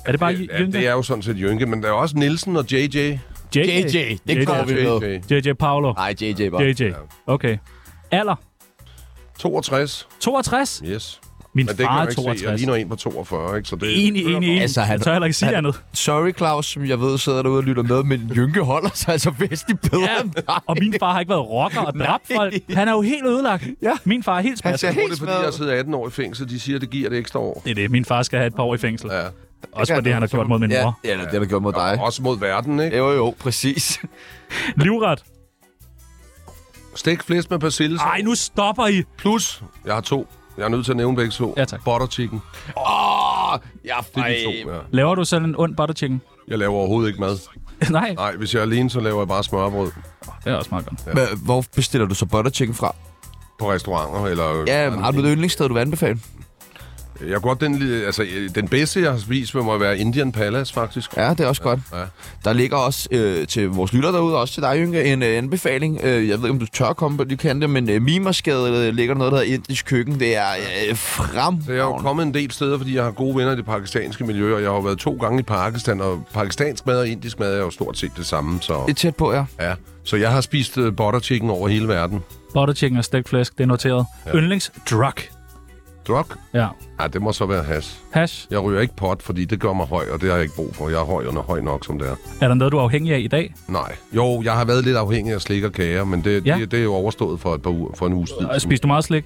[SPEAKER 2] Er det bare
[SPEAKER 3] ja,
[SPEAKER 2] Jynke?
[SPEAKER 3] det er jo sådan set Jynke, men der er også Nielsen og JJ.
[SPEAKER 1] JJ, det går vi med.
[SPEAKER 3] JJ.
[SPEAKER 2] JJ Paolo.
[SPEAKER 1] Nej, JJ bare.
[SPEAKER 2] JJ. Okay. Alder?
[SPEAKER 3] 62.
[SPEAKER 2] 62?
[SPEAKER 3] Yes.
[SPEAKER 2] Min
[SPEAKER 3] Men det kan
[SPEAKER 2] far
[SPEAKER 3] jeg
[SPEAKER 2] er
[SPEAKER 3] jo ikke se. Jeg
[SPEAKER 2] 62.
[SPEAKER 3] ligner en på 42, ikke? Så det
[SPEAKER 2] Enig, enig, enig.
[SPEAKER 1] Altså,
[SPEAKER 2] Altså,
[SPEAKER 1] han-
[SPEAKER 2] han, jeg tør heller ikke sige
[SPEAKER 1] han-
[SPEAKER 2] andet.
[SPEAKER 1] Sorry, Claus, som jeg ved sidder derude og lytter med, men Jynke holder sig altså væsentligt bedre
[SPEAKER 2] Ja,
[SPEAKER 1] end dig.
[SPEAKER 2] og min far har ikke været rocker og dræbt folk. Han er jo helt ødelagt.
[SPEAKER 1] Ja.
[SPEAKER 2] Min far er helt
[SPEAKER 1] Han
[SPEAKER 2] smadret.
[SPEAKER 1] ser
[SPEAKER 3] Jeg tror, det
[SPEAKER 1] helt
[SPEAKER 3] er, fordi jeg
[SPEAKER 1] smadret.
[SPEAKER 3] har siddet 18 år i fængsel. De siger, det giver det ekstra år.
[SPEAKER 2] Det er det. Min far skal have et par år i fængsel.
[SPEAKER 3] Ja.
[SPEAKER 2] Også for det, han har gjort mod min
[SPEAKER 1] Ja,
[SPEAKER 2] mor.
[SPEAKER 1] ja, det er det, der gjorde mod dig.
[SPEAKER 3] Også mod verden, ikke?
[SPEAKER 1] Jo, jo, præcis.
[SPEAKER 2] Livret.
[SPEAKER 3] Stik flæs med persille.
[SPEAKER 2] Ej, nu stopper I.
[SPEAKER 3] Plus, jeg har to. Jeg er nødt til at nævne begge to.
[SPEAKER 2] Ja, tak.
[SPEAKER 3] Butter chicken.
[SPEAKER 1] Åh, jeg
[SPEAKER 3] Det er
[SPEAKER 1] er
[SPEAKER 3] de to, ja.
[SPEAKER 2] Laver du selv en ond butter chicken?
[SPEAKER 3] Jeg laver overhovedet ikke mad.
[SPEAKER 2] Nej,
[SPEAKER 3] Nej, hvis jeg er alene, så laver jeg bare smørbrød
[SPEAKER 2] det er også meget godt.
[SPEAKER 1] Hva- Hvor bestiller du så butter chicken fra?
[SPEAKER 3] på restauranter. Eller
[SPEAKER 1] Ja, har du et yndlingssted, du vil anbefale?
[SPEAKER 3] Jeg kan godt den, lille- altså, øh, den bedste, jeg har spist, må være Indian Palace, faktisk.
[SPEAKER 1] Ja, det er også godt.
[SPEAKER 3] Ja.
[SPEAKER 1] Der ligger også øh, til vores lytter derude, også til dig, Jynke, en øh, anbefaling. Øh, jeg ved ikke, om du tør komme på, du kan det, men øh, Mimersgade øh, ligger noget, der hedder Indisk Køkken. Det er øh,
[SPEAKER 3] Så jeg er jo
[SPEAKER 1] fremragende.
[SPEAKER 3] kommet en del steder, fordi jeg har gode venner i det pakistanske miljø, og jeg har jo været to gange i Pakistan, og pakistansk mad og indisk mad er jo stort set det samme,
[SPEAKER 1] Det er
[SPEAKER 3] så,
[SPEAKER 1] tæt på, ja.
[SPEAKER 3] ja. så jeg har spist øh, butter chicken over hele verden.
[SPEAKER 2] Butter chicken og stegt flæsk, det er noteret. Ja. Yndlingsdrug.
[SPEAKER 3] Drug?
[SPEAKER 2] Ja.
[SPEAKER 3] Ja, det må så være hash.
[SPEAKER 2] Hash.
[SPEAKER 3] Jeg ryger ikke pot, fordi det gør mig høj, og det har jeg ikke brug for. Jeg er høj under høj nok, som det er.
[SPEAKER 2] Er der noget, du er afhængig af i dag?
[SPEAKER 3] Nej. Jo, jeg har været lidt afhængig af slik og kager, men det,
[SPEAKER 2] Ja.
[SPEAKER 3] ja. det, det er jo overstået for, et par uger, for en uges tid.
[SPEAKER 2] Og Spiser du meget slik?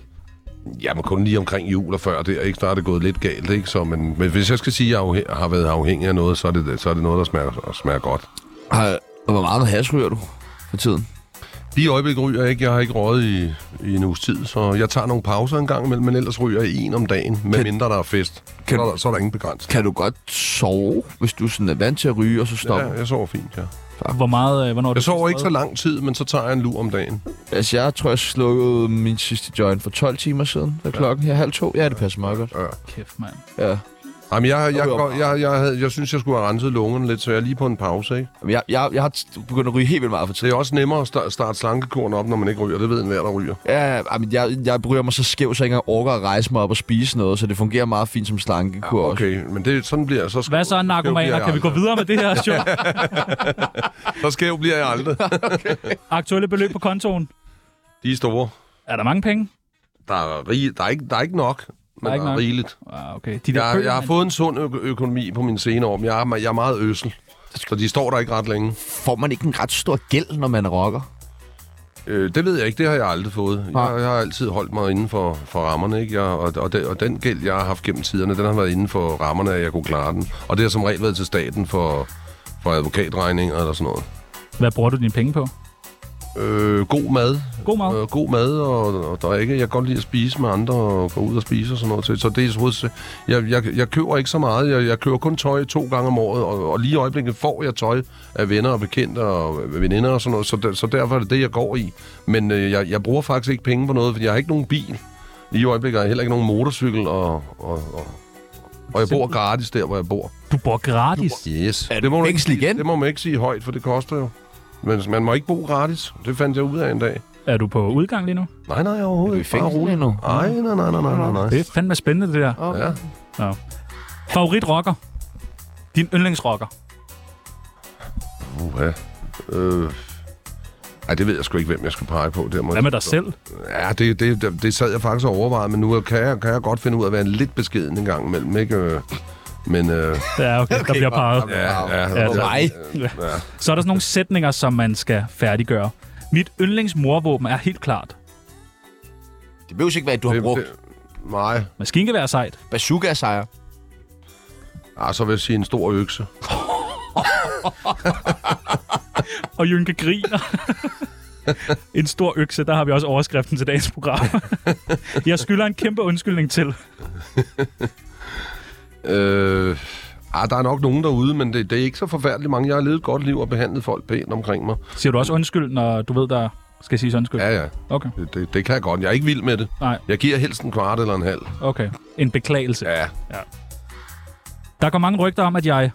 [SPEAKER 3] Jamen kun lige omkring jul og før det, ikke? Der er det gået lidt galt, ikke? Så, men, men hvis jeg skal sige, at jeg afhæ- har været afhængig af noget, så er det, så er det noget, der smager, smager godt.
[SPEAKER 1] Har, og hvor meget hash ryger du for tiden?
[SPEAKER 3] Lige i øjeblikket ryger jeg ikke. Jeg har ikke røget i, i en uges tid, så jeg tager nogle pauser en gang imellem, men ellers ryger jeg en om dagen, med mindre der er fest.
[SPEAKER 1] Kan-
[SPEAKER 3] så, er der, så er der ingen begrænsning.
[SPEAKER 1] Kan du godt sove, hvis du sådan er vant til at ryge, og så stopper?
[SPEAKER 3] Ja, jeg sover fint, ja.
[SPEAKER 2] Hvor meget, øh, hvornår er
[SPEAKER 3] Jeg
[SPEAKER 2] det
[SPEAKER 3] sover
[SPEAKER 2] sidst
[SPEAKER 3] ikke så
[SPEAKER 2] røget?
[SPEAKER 3] lang tid, men så tager jeg en lur om dagen.
[SPEAKER 1] Altså, jeg tror, jeg slukkede min sidste joint for 12 timer siden. Hvad er klokken her? Halv to? Ja, det passer meget godt.
[SPEAKER 2] Kæft, mand.
[SPEAKER 1] Ja.
[SPEAKER 3] Jamen, jeg, jeg, jeg,
[SPEAKER 1] Okay, hvor
[SPEAKER 3] jeg, jeg, jeg, havde, jeg synes, jeg skulle have renset lungerne lidt, så jeg er lige på en pause, ikke?
[SPEAKER 1] Jamen, Jeg, jeg, jeg har t- begyndt at ryge helt vildt meget for
[SPEAKER 3] Det
[SPEAKER 1] tiden.
[SPEAKER 3] er også nemmere at sta- starte slankekorn op, når man ikke ryger. Det ved enhver, der ryger.
[SPEAKER 1] Ja, jamen, jeg, jeg bryder mig så skæv, så jeg ikke engang orker at rejse mig op og spise noget, så det fungerer meget fint som slankekur. også.
[SPEAKER 3] Okay, men det, sådan bliver jeg. Så skæv,
[SPEAKER 2] Hvad så, narkomaner? Kan vi gå videre med det her show?
[SPEAKER 3] Så skæv bliver jeg aldrig.
[SPEAKER 2] Aktuelle beløb på kontoen.
[SPEAKER 3] De er store.
[SPEAKER 2] Er der mange penge?
[SPEAKER 3] Der er, rig, der er, ikke, der er ikke nok, men der er,
[SPEAKER 2] ikke nok.
[SPEAKER 3] rigeligt.
[SPEAKER 2] Ah, okay. De der
[SPEAKER 3] Jeg, jeg har
[SPEAKER 2] bøger,
[SPEAKER 3] fået en sund ø- økonomi på mine senere år, men jeg er, jeg er meget øsel. Så de står der ikke ret længe.
[SPEAKER 1] Får man ikke en ret stor gæld, når man rocker?
[SPEAKER 3] Øh, det ved jeg ikke, det har jeg aldrig fået. Jeg,
[SPEAKER 1] Nej.
[SPEAKER 3] jeg har altid holdt mig inden for, for rammerne, ikke? Jeg, og, og, den, og den gæld, jeg har haft gennem tiderne, den har været inden for rammerne, at jeg kunne klare den. Og det har som regel været til staten for, for advokatregninger eller sådan noget.
[SPEAKER 2] mand. Hvad bruger du dine penge på?
[SPEAKER 3] Øh, god mad.
[SPEAKER 2] God mad.
[SPEAKER 3] Øh, god mad og, og drikke. Jeg kan godt lide at spise med andre og gå ud og spise og sådan noget. Så, så det er hos, jeg, jeg, jeg køber ikke så meget. Jeg, jeg køber kun tøj to gange om året, og, og lige i øjeblikket får jeg tøj af venner og bekendte og veninder og sådan noget. Så, der, så derfor er det det, jeg går i. Men øh, jeg, jeg bruger faktisk ikke penge på noget, for jeg har ikke nogen bil. Lige i øjeblikket har jeg heller ikke nogen motorcykel, og, og, og, og jeg bor gratis der, hvor jeg bor.
[SPEAKER 2] Du bor gratis.
[SPEAKER 3] Yes.
[SPEAKER 1] Er du
[SPEAKER 3] man ikke
[SPEAKER 1] fængsel
[SPEAKER 3] sige,
[SPEAKER 1] igen?
[SPEAKER 3] det må man ikke sige højt, for det koster jo. Men man må ikke bo gratis. Det fandt jeg ud af en dag.
[SPEAKER 2] Er du på udgang lige nu?
[SPEAKER 3] Nej, nej,
[SPEAKER 1] Er du
[SPEAKER 3] overhovedet
[SPEAKER 1] i
[SPEAKER 3] ikke. Bare
[SPEAKER 1] fængsel lige
[SPEAKER 3] roligt.
[SPEAKER 1] nu?
[SPEAKER 3] Nej, nej, nej, nej, nej, nej,
[SPEAKER 2] Det
[SPEAKER 3] nej.
[SPEAKER 2] er fandme spændende, det der.
[SPEAKER 3] Ja.
[SPEAKER 2] Favoritrocker? Din yndlingsrocker?
[SPEAKER 3] Uha. Øh. Ej, det ved jeg sgu ikke, hvem jeg skal pege på. Der må
[SPEAKER 2] Hvad
[SPEAKER 3] jeg-
[SPEAKER 2] med dig selv?
[SPEAKER 3] Ja, det, det, det, det sad jeg faktisk og overvejede, men nu kan jeg, kan jeg godt finde ud af at være en lidt beskeden en gang imellem, ikke? Øh, Men, øh,
[SPEAKER 2] Ja, okay, der bliver peget.
[SPEAKER 3] ja, ja,
[SPEAKER 2] Ja, det-
[SPEAKER 1] Nej.
[SPEAKER 2] Så er der sådan nogle sætninger, som man skal færdiggøre. Mit yndlingsmorvåben er helt klart.
[SPEAKER 1] Det behøver ikke være, at du har
[SPEAKER 3] det,
[SPEAKER 1] brugt.
[SPEAKER 3] det, nej.
[SPEAKER 2] Maskingevær er sejt.
[SPEAKER 1] Bazooka er sejr.
[SPEAKER 3] Ah, så vil jeg sige en stor økse.
[SPEAKER 2] Og Jynke griner. en stor økse, der har vi også overskriften til dagens program. jeg skylder en kæmpe undskyldning til.
[SPEAKER 3] Øh, ah, der er nok nogen derude, men det, det er ikke så forfærdeligt mange. Jeg har levet et godt liv og behandlet folk pænt omkring mig.
[SPEAKER 2] Siger du også undskyld, når du ved, der skal siges undskyld?
[SPEAKER 3] Ja, ja.
[SPEAKER 2] Okay,
[SPEAKER 3] Det, det, det kan jeg godt. Jeg er ikke vild med det.
[SPEAKER 2] Nej.
[SPEAKER 3] Jeg giver helst en kvart eller en halv.
[SPEAKER 2] okay. En beklagelse.
[SPEAKER 3] Ja.
[SPEAKER 2] Der går mange rygter om, at jeg...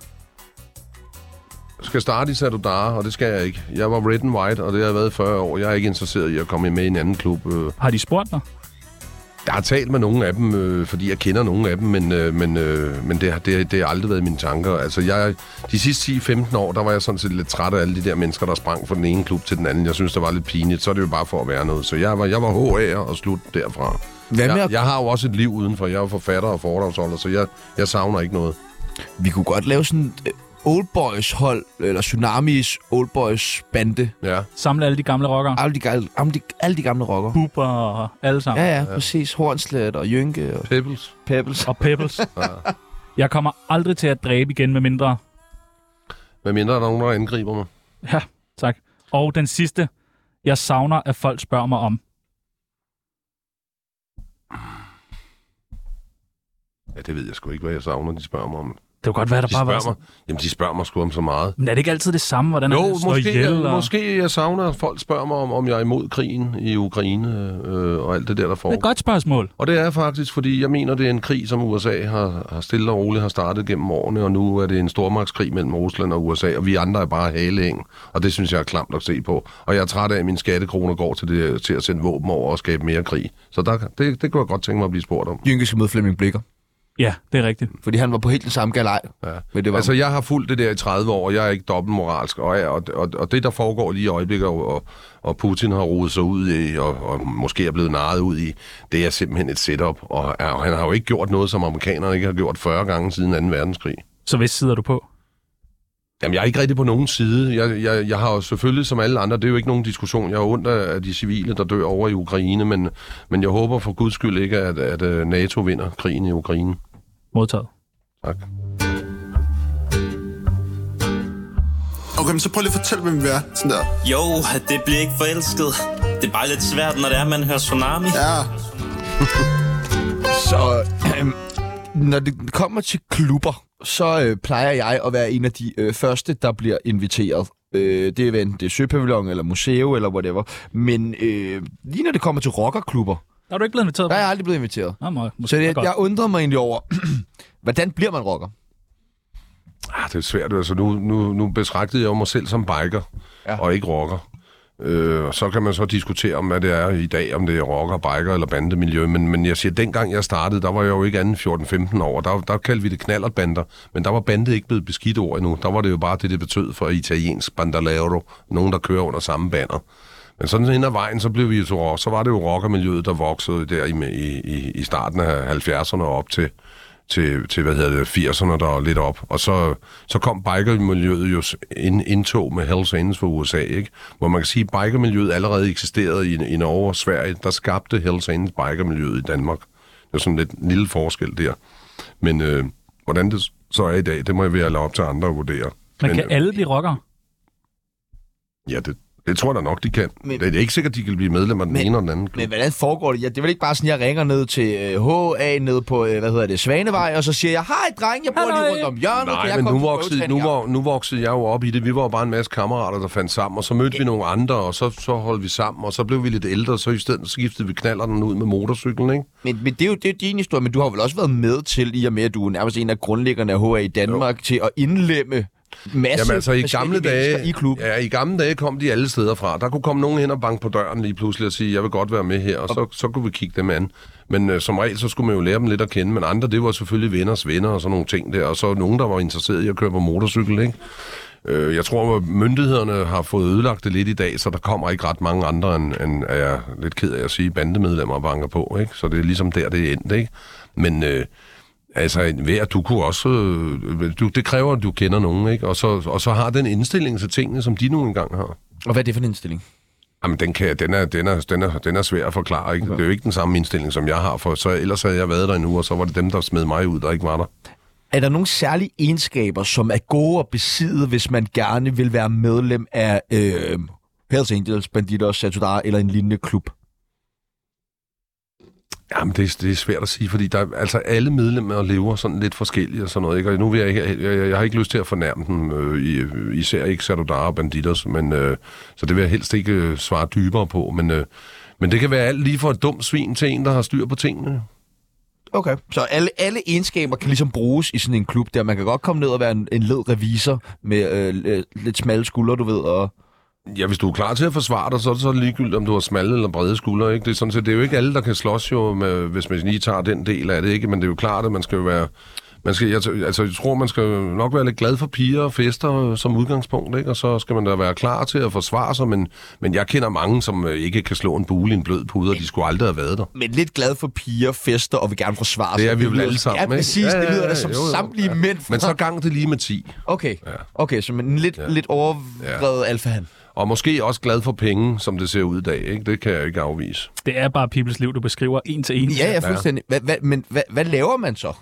[SPEAKER 3] Skal starte i Sadudara, og det skal jeg ikke. Jeg var red and white, og det har jeg været i 40 år. Jeg er ikke interesseret i at komme med i en anden klub. Øh,
[SPEAKER 2] Har de spurgt dig?
[SPEAKER 3] Jeg har talt med nogle af dem, øh, fordi jeg kender nogle af dem, men, øh, men, øh, men det, har- det, har- det har aldrig været mine tanker. Altså, jeg, de sidste 10-15 år, der var jeg sådan set lidt træt af alle de der mennesker, der sprang fra den ene klub til den anden. Jeg synes, det var lidt pinligt. Så er det jo bare for at være noget. Så jeg var, jeg var HA'er og slut derfra.
[SPEAKER 1] Hvad med
[SPEAKER 3] Jeg,
[SPEAKER 1] at...
[SPEAKER 3] jeg har jo også et liv udenfor. Jeg er jo forfatter og foredragsholder, så jeg, jeg savner ikke noget.
[SPEAKER 1] Vi kunne godt lave sådan et old boys hold, eller Tsunamis old boys bande.
[SPEAKER 3] Ja.
[SPEAKER 2] Samle alle de gamle rockere?
[SPEAKER 1] Alle de, gamle, alle de, alle de gamle rockere.
[SPEAKER 2] Bubber og alle sammen.
[SPEAKER 1] Ja, ja, præcis. Hornslet og Jynke og
[SPEAKER 3] Pebbles.
[SPEAKER 1] Pebbles.
[SPEAKER 2] og Pebbles. jeg kommer aldrig til at dræbe igen med mindre.
[SPEAKER 3] Hvad mindre er der nogen, der angriber mig?
[SPEAKER 2] Ja, tak. Og den sidste. Jeg savner, at folk spørger mig om.
[SPEAKER 3] Ja, det ved jeg sgu ikke, hvad jeg savner, de spørger mig om.
[SPEAKER 2] Det kunne godt være, der
[SPEAKER 3] De
[SPEAKER 2] bare var
[SPEAKER 3] spørger
[SPEAKER 2] sådan.
[SPEAKER 3] mig, jamen, de spørger mig sgu om så meget.
[SPEAKER 2] Men er det ikke altid det samme, hvordan
[SPEAKER 3] Jo,
[SPEAKER 2] han slår
[SPEAKER 3] måske,
[SPEAKER 2] ihjel?
[SPEAKER 3] jeg,
[SPEAKER 2] og...
[SPEAKER 3] måske jeg savner, at folk spørger mig, om, om jeg er imod krigen i Ukraine øh, og alt det der, der
[SPEAKER 2] Det er et
[SPEAKER 3] foregår.
[SPEAKER 2] godt spørgsmål.
[SPEAKER 3] Og det er jeg faktisk, fordi jeg mener, det er en krig, som USA har, har stille og roligt har startet gennem årene, og nu er det en stormagtskrig mellem Rusland og USA, og vi andre er bare halehæng, og det synes jeg er klamt at se på. Og jeg er træt af, at mine skattekroner går til, det, til at sende våben over og skabe mere krig. Så der, det, det kunne jeg godt tænke mig at blive spurgt om.
[SPEAKER 1] Jynke skal møde Flemming Blikker,
[SPEAKER 2] Ja, det er rigtigt.
[SPEAKER 1] fordi han var på helt den samme galej.
[SPEAKER 3] Ja.
[SPEAKER 1] Men det var
[SPEAKER 3] Altså, jeg har fulgt det der i 30 år, og jeg er ikke dobbeltmoralsk. Og, og, og, og det, der foregår lige i øjeblikket, og, og, og Putin har rodet sig ud i, og, og måske er blevet narret ud i, det er simpelthen et setup. Og, er- og han har jo ikke gjort noget, som amerikanerne ikke har gjort 40 gange siden 2. verdenskrig.
[SPEAKER 2] Så hvis sidder du på?
[SPEAKER 3] Jamen, jeg er ikke rigtig på nogen side. Jeg, jeg, jeg har jo selvfølgelig, som alle andre, det er jo ikke nogen diskussion. Jeg har ondt af af de civile, der dør over i Ukraine, men, men jeg håber for guds skyld ikke, at, at øh, NATO vinder krigen i Ukraine.
[SPEAKER 2] Modtaget.
[SPEAKER 3] Tak.
[SPEAKER 7] Okay, men så prøv lige at fortælle, hvem vi er. Sådan der.
[SPEAKER 8] Jo, det bliver ikke forelsket. Det er bare lidt svært, når det er, man hører tsunami.
[SPEAKER 7] Ja.
[SPEAKER 1] Så øhm, når det kommer til klubber, så øh, plejer jeg at være en af de øh, første, der bliver inviteret. Øh, det er hvad enten det er Søpavillon eller Museo eller whatever. Men øh, lige når det kommer til rockerklubber,
[SPEAKER 2] Er du ikke blevet inviteret?
[SPEAKER 1] der er jeg aldrig blevet inviteret.
[SPEAKER 2] Nå, må,
[SPEAKER 1] Så
[SPEAKER 2] måske
[SPEAKER 1] det,
[SPEAKER 2] det, godt.
[SPEAKER 1] jeg
[SPEAKER 2] Jeg...
[SPEAKER 1] undrer mig egentlig over, hvordan bliver man rocker?
[SPEAKER 3] Ah, det er svært. Altså, nu, nu, nu betragtede jeg jo mig selv som biker, ja. og ikke rocker. Øh, og så kan man så diskutere om, hvad det er i dag, om det er rocker, biker eller bandemiljø. Men, men jeg siger, dengang jeg startede, der var jeg jo ikke anden 14-15 år. Der, der kaldte vi det knallertbander, men der var bandet ikke blevet beskidt ord endnu. Der var det jo bare det, det betød for italiensk bandalero. Nogen, der kører under samme banner. Men sådan hen ad vejen, så blev vi jo til rock. Så var det jo rockermiljøet, der voksede der i, i, i- i starten af 70'erne og op til, til, til hvad hedder det, 80'erne der og lidt op. Og så, så kom bikermiljøet jo s- ind, indtog med Hells Angels fra USA, ikke? Hvor man kan sige, at bikermiljøet allerede eksisterede i, i Norge og Sverige. Der skabte Hells Angels bikermiljøet i Danmark. Det er sådan lidt en lille forskel der. Men øh, hvordan det så er i dag, det må jeg være lade op til andre at vurdere.
[SPEAKER 2] Men kan
[SPEAKER 3] øh,
[SPEAKER 2] alle blive rockere?
[SPEAKER 3] Ja, det, det tror jeg da nok, de kan.
[SPEAKER 1] Men-
[SPEAKER 3] Men, det er ikke sikkert, de kan blive medlem af
[SPEAKER 1] Men-
[SPEAKER 3] den men, ene eller den anden.
[SPEAKER 1] Men hvordan foregår det? Ja, det er vel ikke bare sådan, jeg ringer ned til øh, HA ned på, øh, hvad hedder det, Svanevej, og så siger jeg, hej dreng, jeg bor lige
[SPEAKER 2] Halløj.
[SPEAKER 1] rundt om hjørnet. kan
[SPEAKER 3] Nej,
[SPEAKER 1] jeg
[SPEAKER 3] men
[SPEAKER 1] komme
[SPEAKER 3] nu
[SPEAKER 1] til
[SPEAKER 3] voksede, nu,
[SPEAKER 1] prøvetræning?"
[SPEAKER 3] var, nu voksede jeg jo op i det. Vi var jo bare en masse kammerater, der fandt sammen, og så mødte vi nogle andre, og så, så holdt vi sammen, og så blev vi lidt ældre, og så i stedet skiftede vi knallerne ud med motorcyklen, ikke?
[SPEAKER 1] Men, men det, er jo, det er jo din historie, men du har vel også været med til, i og med at du er nærmest en af grundlæggerne af HA i Danmark, jo. til at indlemme masse
[SPEAKER 3] Jamen altså, i gamle
[SPEAKER 1] forskellige mennesker
[SPEAKER 3] dage,
[SPEAKER 1] i klubben.
[SPEAKER 3] Ja, i gamle dage kom de alle steder fra. Der kunne komme nogen hen og banke på døren lige pludselig og sige, jeg vil godt være med her, og så, så kunne vi kigge dem an. Men øh, som regel, så skulle man jo lære dem lidt at kende, men andre, det var selvfølgelig venners venner og sådan nogle ting der, og så nogen, der var interesseret i at køre på motorcykel, ikke? Øh, jeg tror, at myndighederne har fået ødelagt det lidt i dag, så der kommer ikke ret mange andre, end, end er jeg lidt ked af at sige, bandemedlemmer banker på, ikke? Så det er ligesom der, det er endt, ikke? Men øh, Altså, hver, du kunne også... øh, Du, det kræver, at du kender nogen, ikke? Og så, og så har den indstilling til tingene, som de nu engang har.
[SPEAKER 1] Og hvad er det for en indstilling?
[SPEAKER 3] Jamen, den, kan, den, er, den, er, den, er, den er svær at forklare, ikke? Okay. Det er jo ikke den samme indstilling, som jeg har, for så, ellers havde jeg været der nu, og så var det dem, der smed mig ud, der ikke var der.
[SPEAKER 1] Er der nogle særlige egenskaber, som er gode at besidde, hvis man gerne vil være medlem af øh, Hells Angels, Bandidos, Satudar eller en lignende klub?
[SPEAKER 3] Jamen, det, er- det er svært at sige, fordi der, er- altså, alle medlemmer lever sådan lidt forskellige og sådan noget, ikke? Og nu vil jeg ikke... Jeg, jeg, jeg har ikke lyst til at fornærme dem, øh, i, især ikke Satudara og Banditos, men, øh, så det vil jeg helst ikke øh, svare dybere på, men... Øh, men det kan være alt lige fra et dumt svin til en, der har styr på tingene.
[SPEAKER 1] Okay. Så alle, alle egenskaber kan ligesom bruges i sådan en klub der. Man kan godt komme ned og være en, en led revisor med øh, øh, lidt smalle skuldre, du ved, og...
[SPEAKER 3] Ja, hvis du er klar til at forsvare dig, så er det så ligegyldigt, om du har smalle eller brede skuldre. Ikke? Det, er sådan set, det er jo ikke alle, der kan slås, jo, med, hvis man lige tager den del af det. Ikke? Men det er jo klart, at man skal jo være... Man skal, jeg, t- altså, jeg tror, man skal nok være lidt glad for piger og fester øh, som udgangspunkt, ikke? og så skal man da være klar til at forsvare sig. Men, men jeg kender mange, som øh, ikke kan slå en bule i en blød pude, og de skulle aldrig have været der.
[SPEAKER 1] men lidt glad for piger, fester og vil gerne forsvare
[SPEAKER 3] Det
[SPEAKER 1] sig.
[SPEAKER 3] er vi vel
[SPEAKER 1] lyder-
[SPEAKER 3] alle sammen,
[SPEAKER 1] Ja,
[SPEAKER 3] ikke?
[SPEAKER 1] præcis.
[SPEAKER 3] Ja,
[SPEAKER 1] Det
[SPEAKER 3] ja,
[SPEAKER 1] lyder da
[SPEAKER 3] ja,
[SPEAKER 1] som
[SPEAKER 3] jo, jo.
[SPEAKER 1] samtlige
[SPEAKER 3] Ja.
[SPEAKER 1] mænd. fra-
[SPEAKER 3] Men så gang det lige med 10.
[SPEAKER 1] Okay, okay, så men lidt, ja. lidt overvredet ja. alfahan.
[SPEAKER 3] Og måske også glad for penge, som det ser ud i dag. Ikke? Det kan jeg ikke afvise.
[SPEAKER 2] Det er bare Peoples liv, du beskriver en til en.
[SPEAKER 1] Ja, ja, fuldstændig. Hva, hva, men hva, hvad laver man så?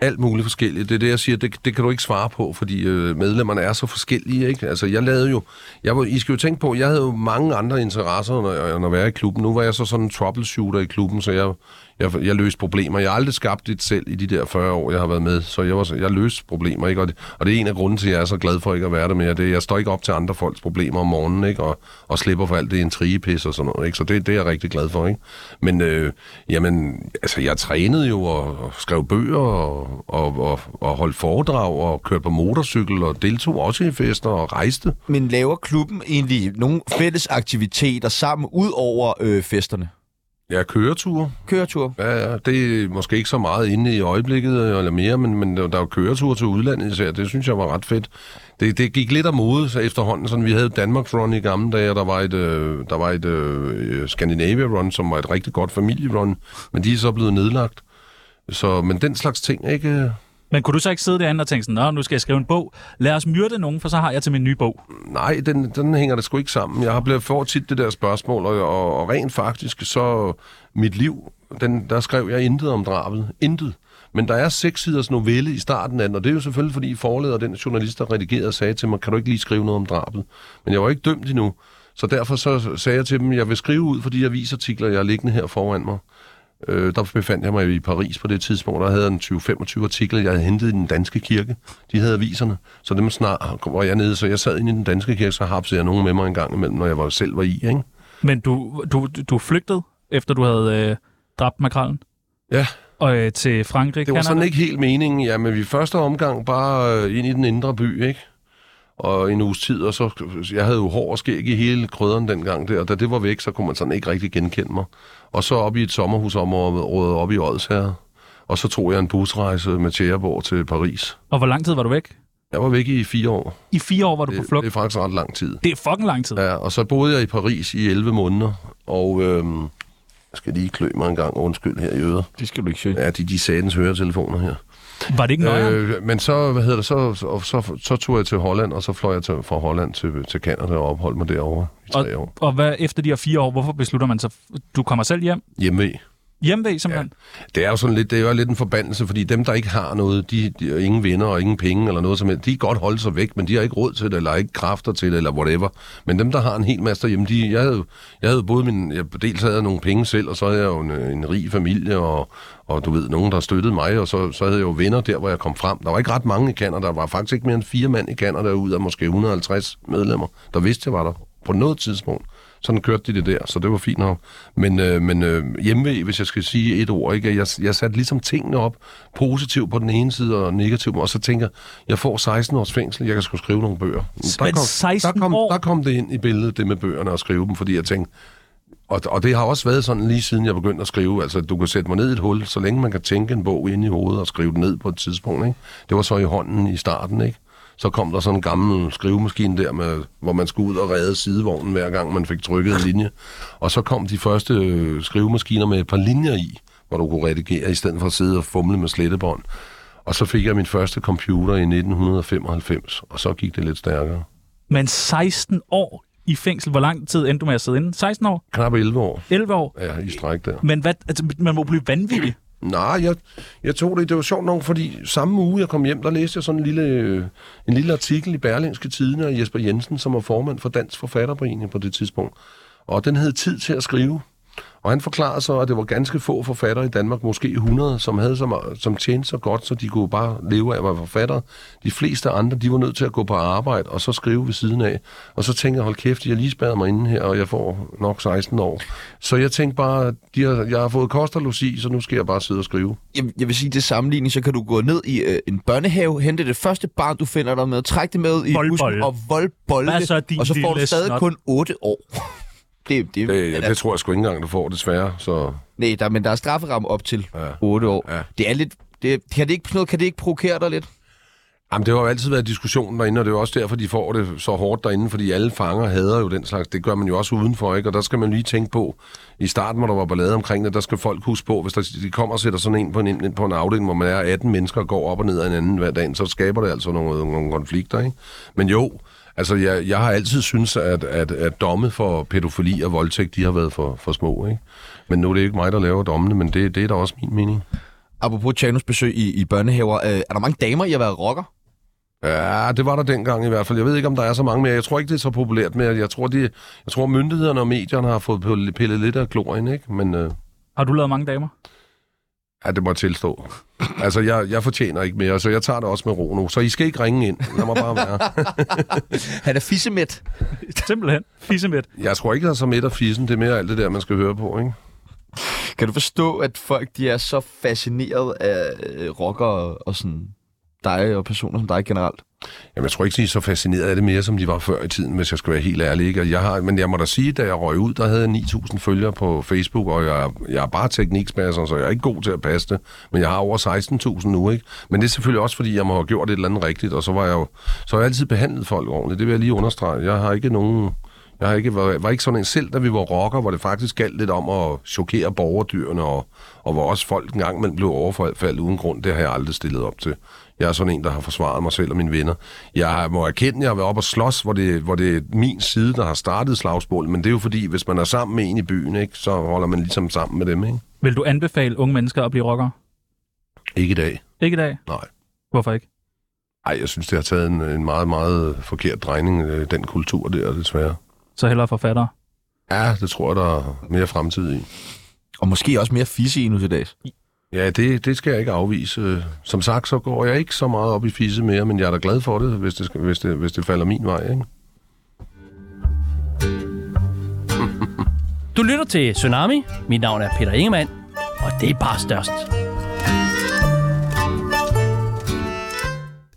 [SPEAKER 3] alt muligt forskelligt. Det er det, jeg siger, det, det kan du ikke svare på, fordi øh, medlemmerne er så forskellige, ikke? Altså, jeg lavede jo... Jeg var, I skal jo tænke på, jeg havde jo mange andre interesser, når, jeg- når jeg var i klubben. Nu var jeg så sådan en troubleshooter i klubben, så jeg, jeg, jeg løste problemer. Jeg har aldrig skabt et selv i de der 40 år, jeg har været med, så jeg, var, så- jeg løste problemer, ikke? Og det, og det er en af grunden til, at jeg er så glad for ikke at være der mere. Det, er, jeg står ikke op til andre folks problemer om morgenen, ikke? Og, og slipper for alt det intrigepis og sådan noget, ikke? Så det, det er jeg rigtig glad for, ikke? Men, øh, jamen, altså, jeg trænede jo og, og skrev bøger og, og, og, og holdt foredrag og kørte på motorcykel og deltog også i fester og rejste.
[SPEAKER 1] Men laver klubben egentlig nogle fælles aktiviteter sammen ud over øh, festerne?
[SPEAKER 3] Ja, køreture.
[SPEAKER 1] Køretur?
[SPEAKER 3] Ja, ja, det er måske ikke så meget inde i øjeblikket øh, eller mere, men, men der der er jo køreture til udlandet især, det synes jeg var ret fedt. Det, det gik lidt af mode så efterhånden, sådan vi havde Danmarks Run i gamle dage, og der var et, øh, der var et øh, Scandinavia Run, som var et rigtig godt familierun, men de er så blevet nedlagt. Så, men den slags ting, ikke?
[SPEAKER 2] Men kunne du så ikke sidde derinde og tænke sådan, Nå, nu skal jeg skrive en bog. Lad os myrde nogen, for så har jeg til min nye bog.
[SPEAKER 3] Nej, den, den hænger da sgu ikke sammen. Jeg har blevet for tit det der spørgsmål, og, og, og rent faktisk, så mit liv, den, der skrev jeg intet om drabet. Intet. Men der er seks siders novelle i starten af den, og det er jo selvfølgelig, fordi forleder den journalist, der redigerede, sagde til mig, kan du ikke lige skrive noget om drabet? Men jeg var ikke dømt endnu, så derfor så sagde jeg til dem, jeg vil skrive ud for de avisartikler, jeg har liggende her foran mig. Øh, der befandt jeg mig i Paris på det tidspunkt, der havde jeg en 20-25 artikler, jeg havde hentet i den danske kirke. De havde aviserne, så dem snart var jeg nede, så jeg sad inde i den danske kirke, så hapsede jeg nogen med mig en gang imellem, når jeg var, selv var i, ikke?
[SPEAKER 2] Men du, du, du flygtede, efter du havde øh, dræbt makrallen,
[SPEAKER 3] Ja,
[SPEAKER 2] og øh, til Frankrig.
[SPEAKER 3] det var
[SPEAKER 2] Canada.
[SPEAKER 3] sådan ikke helt meningen. Ja, men vi første omgang bare øh, ind i den indre by, ikke? Og en uges tid, og så... Jeg havde jo hår og skæg i hele krydderen dengang der, og da det var væk, så kunne man sådan ikke rigtig genkende mig. Og så op i et sommerhusområde op i Odsherred. Og så tog jeg en busrejse med Tjæreborg til Paris.
[SPEAKER 2] Og hvor lang tid var du væk?
[SPEAKER 3] Jeg var væk i fire år.
[SPEAKER 2] I fire år var du
[SPEAKER 3] Det,
[SPEAKER 2] på
[SPEAKER 3] det
[SPEAKER 2] flugt.
[SPEAKER 3] er faktisk ret lang tid.
[SPEAKER 2] Det er fucking lang tid.
[SPEAKER 3] Øh, Ja, og så boede jeg i Paris i 11 måneder, og øhm, jeg skal lige klø mig en gang, undskyld her i øder.
[SPEAKER 1] Det skal du ikke søge.
[SPEAKER 3] Ja, de, de satans høretelefoner her.
[SPEAKER 2] Var det ikke nøjere? Øh,
[SPEAKER 3] Øh, men så, hvad hedder det, så, så, så, så tog jeg til Holland, og så fløj jeg til, fra Holland til, til Canada og opholdt mig derovre i tre
[SPEAKER 2] og,
[SPEAKER 3] år.
[SPEAKER 2] og hvad efter de her fire år, hvorfor beslutter man så? Du kommer selv hjem?
[SPEAKER 3] Hjemme
[SPEAKER 2] Hjemvæg simpelthen?
[SPEAKER 3] Det er jo sådan lidt, det er jo lidt en forbandelse, fordi dem, der ikke har noget, de, de har ingen venner og ingen penge eller noget som helst, de kan godt holde sig væk, men de har ikke råd til det, eller ikke kræfter til det, eller whatever. Men dem, der har en hel masse derhjemme, de, jeg, havde, jo- jeg havde både min, jeg, dels havde jeg nogle penge selv, og så havde jeg jo en, øh, en rig familie, og, og du ved, nogen, der støttede mig, og så, så havde jeg jo venner der, hvor jeg kom frem. Der var ikke ret mange i Canada, der var faktisk ikke mere end fire mand i Canada, ud af måske 150 medlemmer, der vidste, jeg var der på noget tidspunkt. Sådan kørte de det der, så det var fint nok. Men, øh, men øh, hjemme, hvis jeg skal sige et ord, ikke? Jeg, jeg satte ligesom tingene op, positiv på den ene side og negativ, og så tænker jeg, jeg får 16 års fængsel, jeg kan sgu skrive nogle bøger.
[SPEAKER 2] Men 16
[SPEAKER 3] der, kom,
[SPEAKER 2] år?
[SPEAKER 3] der kom det ind i billedet, det med bøgerne og skrive dem, fordi jeg tænkte, og, og det har også været sådan lige siden jeg begyndte at skrive, altså du kan sætte mig ned i et hul, så længe man kan tænke en bog ind i hovedet og skrive den ned på et tidspunkt, ikke? Det var så i hånden i starten, ikke? Så kom der sådan en gammel skrivemaskine der, med, hvor man skulle ud og redde sidevognen hver gang man fik trykket en linje. Og så kom de første øh, skrivemaskiner med et par linjer i, hvor du kunne redigere, i stedet for at sidde og fumle med slettebånd. Og så fik jeg min første computer i 1995, og så gik det lidt stærkere.
[SPEAKER 2] Men 16 år i fængsel. Hvor lang tid endte du med at sidde inde? 16 år?
[SPEAKER 3] Knap 11 år
[SPEAKER 2] 11 år?
[SPEAKER 3] er jeg i stræk der.
[SPEAKER 2] Men hvad, altså, man må blive vanvittig.
[SPEAKER 3] Nej, jeg, jeg tog det. Det var sjovt nok, fordi samme uge, jeg kom hjem, der læste jeg sådan en lille, øh, en lille artikel i Berlingske Tidene af Jesper Jensen, som var formand for Dansk Forfatterforening på det tidspunkt. Og den hed Tid til at skrive. Og han forklarede så, at det var ganske få forfattere i Danmark, måske 100, som, havde så meget, som tjente så godt, så de kunne bare leve af at være forfattere. De fleste andre, de var nødt til at gå på arbejde og så skrive ved siden af. Og så tænkte jeg, hold kæft, jeg har lige spadet mig inde her, og jeg får nok 16 år. Så jeg tænkte bare, de har, jeg har fået kost og logi, så nu skal jeg bare sidde og skrive.
[SPEAKER 1] Jeg, jeg vil sige, til sammenligning, så kan du gå ned i øh, en børnehave, hente det første barn, du finder dig med, trække det med i
[SPEAKER 2] Voldbolle.
[SPEAKER 1] busken og voldbolle
[SPEAKER 2] Hvad
[SPEAKER 1] det,
[SPEAKER 2] så, din
[SPEAKER 1] og så får du
[SPEAKER 2] lille
[SPEAKER 1] stadig
[SPEAKER 2] snot?
[SPEAKER 1] kun 8 år. det, det,
[SPEAKER 3] Det,
[SPEAKER 1] det,
[SPEAKER 3] Øh, ja, det tror jeg sgu ikke engang, du får, desværre. Så
[SPEAKER 1] Nej, der, men der er strafferamme op til
[SPEAKER 3] Ja.
[SPEAKER 1] ja. 8 år.
[SPEAKER 3] Ja.
[SPEAKER 1] Ja. Det er lidt... Det, kan, det ikke, sådan noget, kan det ikke provokere dig lidt?
[SPEAKER 3] Jamen, det har jo altid været diskussionen derinde, og det er jo også derfor, de får det så hårdt derinde, fordi alle fanger hader jo den slags. Det gør man jo også udenfor, ikke? Og der skal man lige tænke på, i starten, hvor der var ballade omkring det, der skal folk huske på, hvis der, de kommer og sætter sådan en på en, ind på en afdeling, hvor man er 18 mennesker og går op og ned af hinanden hver dag, så skaber det altså nogle, nogle konflikter, ikke? Men jo, altså, jeg, jeg har altid syntes, at, at, at domme for pædofili og voldtægt, de har været for, for små, ikke? Men nu er det ikke mig, der laver dommene, men det, det er da også min mening.
[SPEAKER 1] Apropos Chanos besøg i, i børnehaver, øh, er der mange damer, I har været rocker?
[SPEAKER 3] Ja, det var der dengang i hvert fald. Jeg ved ikke, om der er så mange mere. Jeg tror ikke, det er så populært mere. Jeg tror, de, jeg tror myndighederne og medierne har fået pillet- pillet lidt af glorien, ikke? Men øh,
[SPEAKER 2] Har du lavet mange damer?
[SPEAKER 3] ja, det må jeg tilstå. Altså, jeg, jeg fortjener ikke mere, så jeg tager det også med ro nu. Så I skal ikke ringe ind. Lad mig bare være.
[SPEAKER 1] Han er fissemæt.
[SPEAKER 2] Simpelthen. Fisemæt.
[SPEAKER 3] Jeg tror ikke, der er så midt af fissen. Det er mere alt det der, man skal høre på, ikke?
[SPEAKER 1] Kan du forstå, at folk de er så fascineret af øh, rocker og, og sådan dig og personer som dig generelt?
[SPEAKER 3] Jamen, jeg tror ikke, de er så fascineret af det mere, som de var før i tiden, hvis jeg skal være helt ærlig. Ikke? Og Jeg har, men jeg må da sige, da jeg røg ud, der havde jeg 9.000 følgere på Facebook, og jeg, jeg er bare teknikspasser, så jeg er ikke god til at passe det. Men jeg har over 16.000 nu, ikke? Men det er selvfølgelig også, fordi jeg må have gjort et eller andet rigtigt, og så var jeg jo, så har jeg altid behandlet folk ordentligt. Det vil jeg lige understrege. Jeg har ikke nogen... Jeg har ikke, var, var ikke sådan en selv, da vi var rocker, hvor det faktisk galt lidt om at chokere borgerdyrene, og, og hvor også folk engang imellem blev overfaldt uden grund. Det har jeg aldrig stillet op til. Jeg er sådan en, der har forsvaret mig selv og mine venner. Jeg må erkende, at jeg har været op og slås, hvor det, hvor det er min side, der har startet slagsmålet, men det er jo fordi, hvis man er sammen med en i byen, ikke, så holder man ligesom sammen med dem. Ikke,
[SPEAKER 2] Vil du anbefale unge mennesker at blive rockere?
[SPEAKER 3] ikke i dag.
[SPEAKER 2] Ikke i dag?
[SPEAKER 3] Nej.
[SPEAKER 2] Hvorfor ikke?
[SPEAKER 3] Ej, jeg synes, det har taget en, en meget, meget forkert drejning, øh, den kultur der, desværre.
[SPEAKER 2] Så hellere forfattere.
[SPEAKER 3] Ja, det tror jeg, der er mere fremtid i.
[SPEAKER 1] Og måske også mere fisse i nu til dags.
[SPEAKER 3] Ja, det, det skal jeg ikke afvise. Som sagt, så går jeg ikke så meget op i fisse mere, men jeg er da glad for det, hvis det, skal- hvis det, hvis det falder min vej. Ikke?
[SPEAKER 9] Du lytter til Tsunami. Mit navn er Peter Ingemann, og det er bare størst.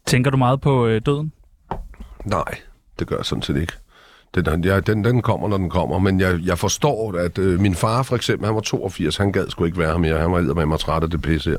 [SPEAKER 2] Tænker du meget på øh, døden?
[SPEAKER 3] Nej, det gør jeg sådan set ikke. Den, er- jeg, den, den kommer, når den kommer, men jeg, jeg forstår, at øh, min far for eksempel, han var 82, han gad sgu ikke være her mere, han var med mig træt af det pisse her.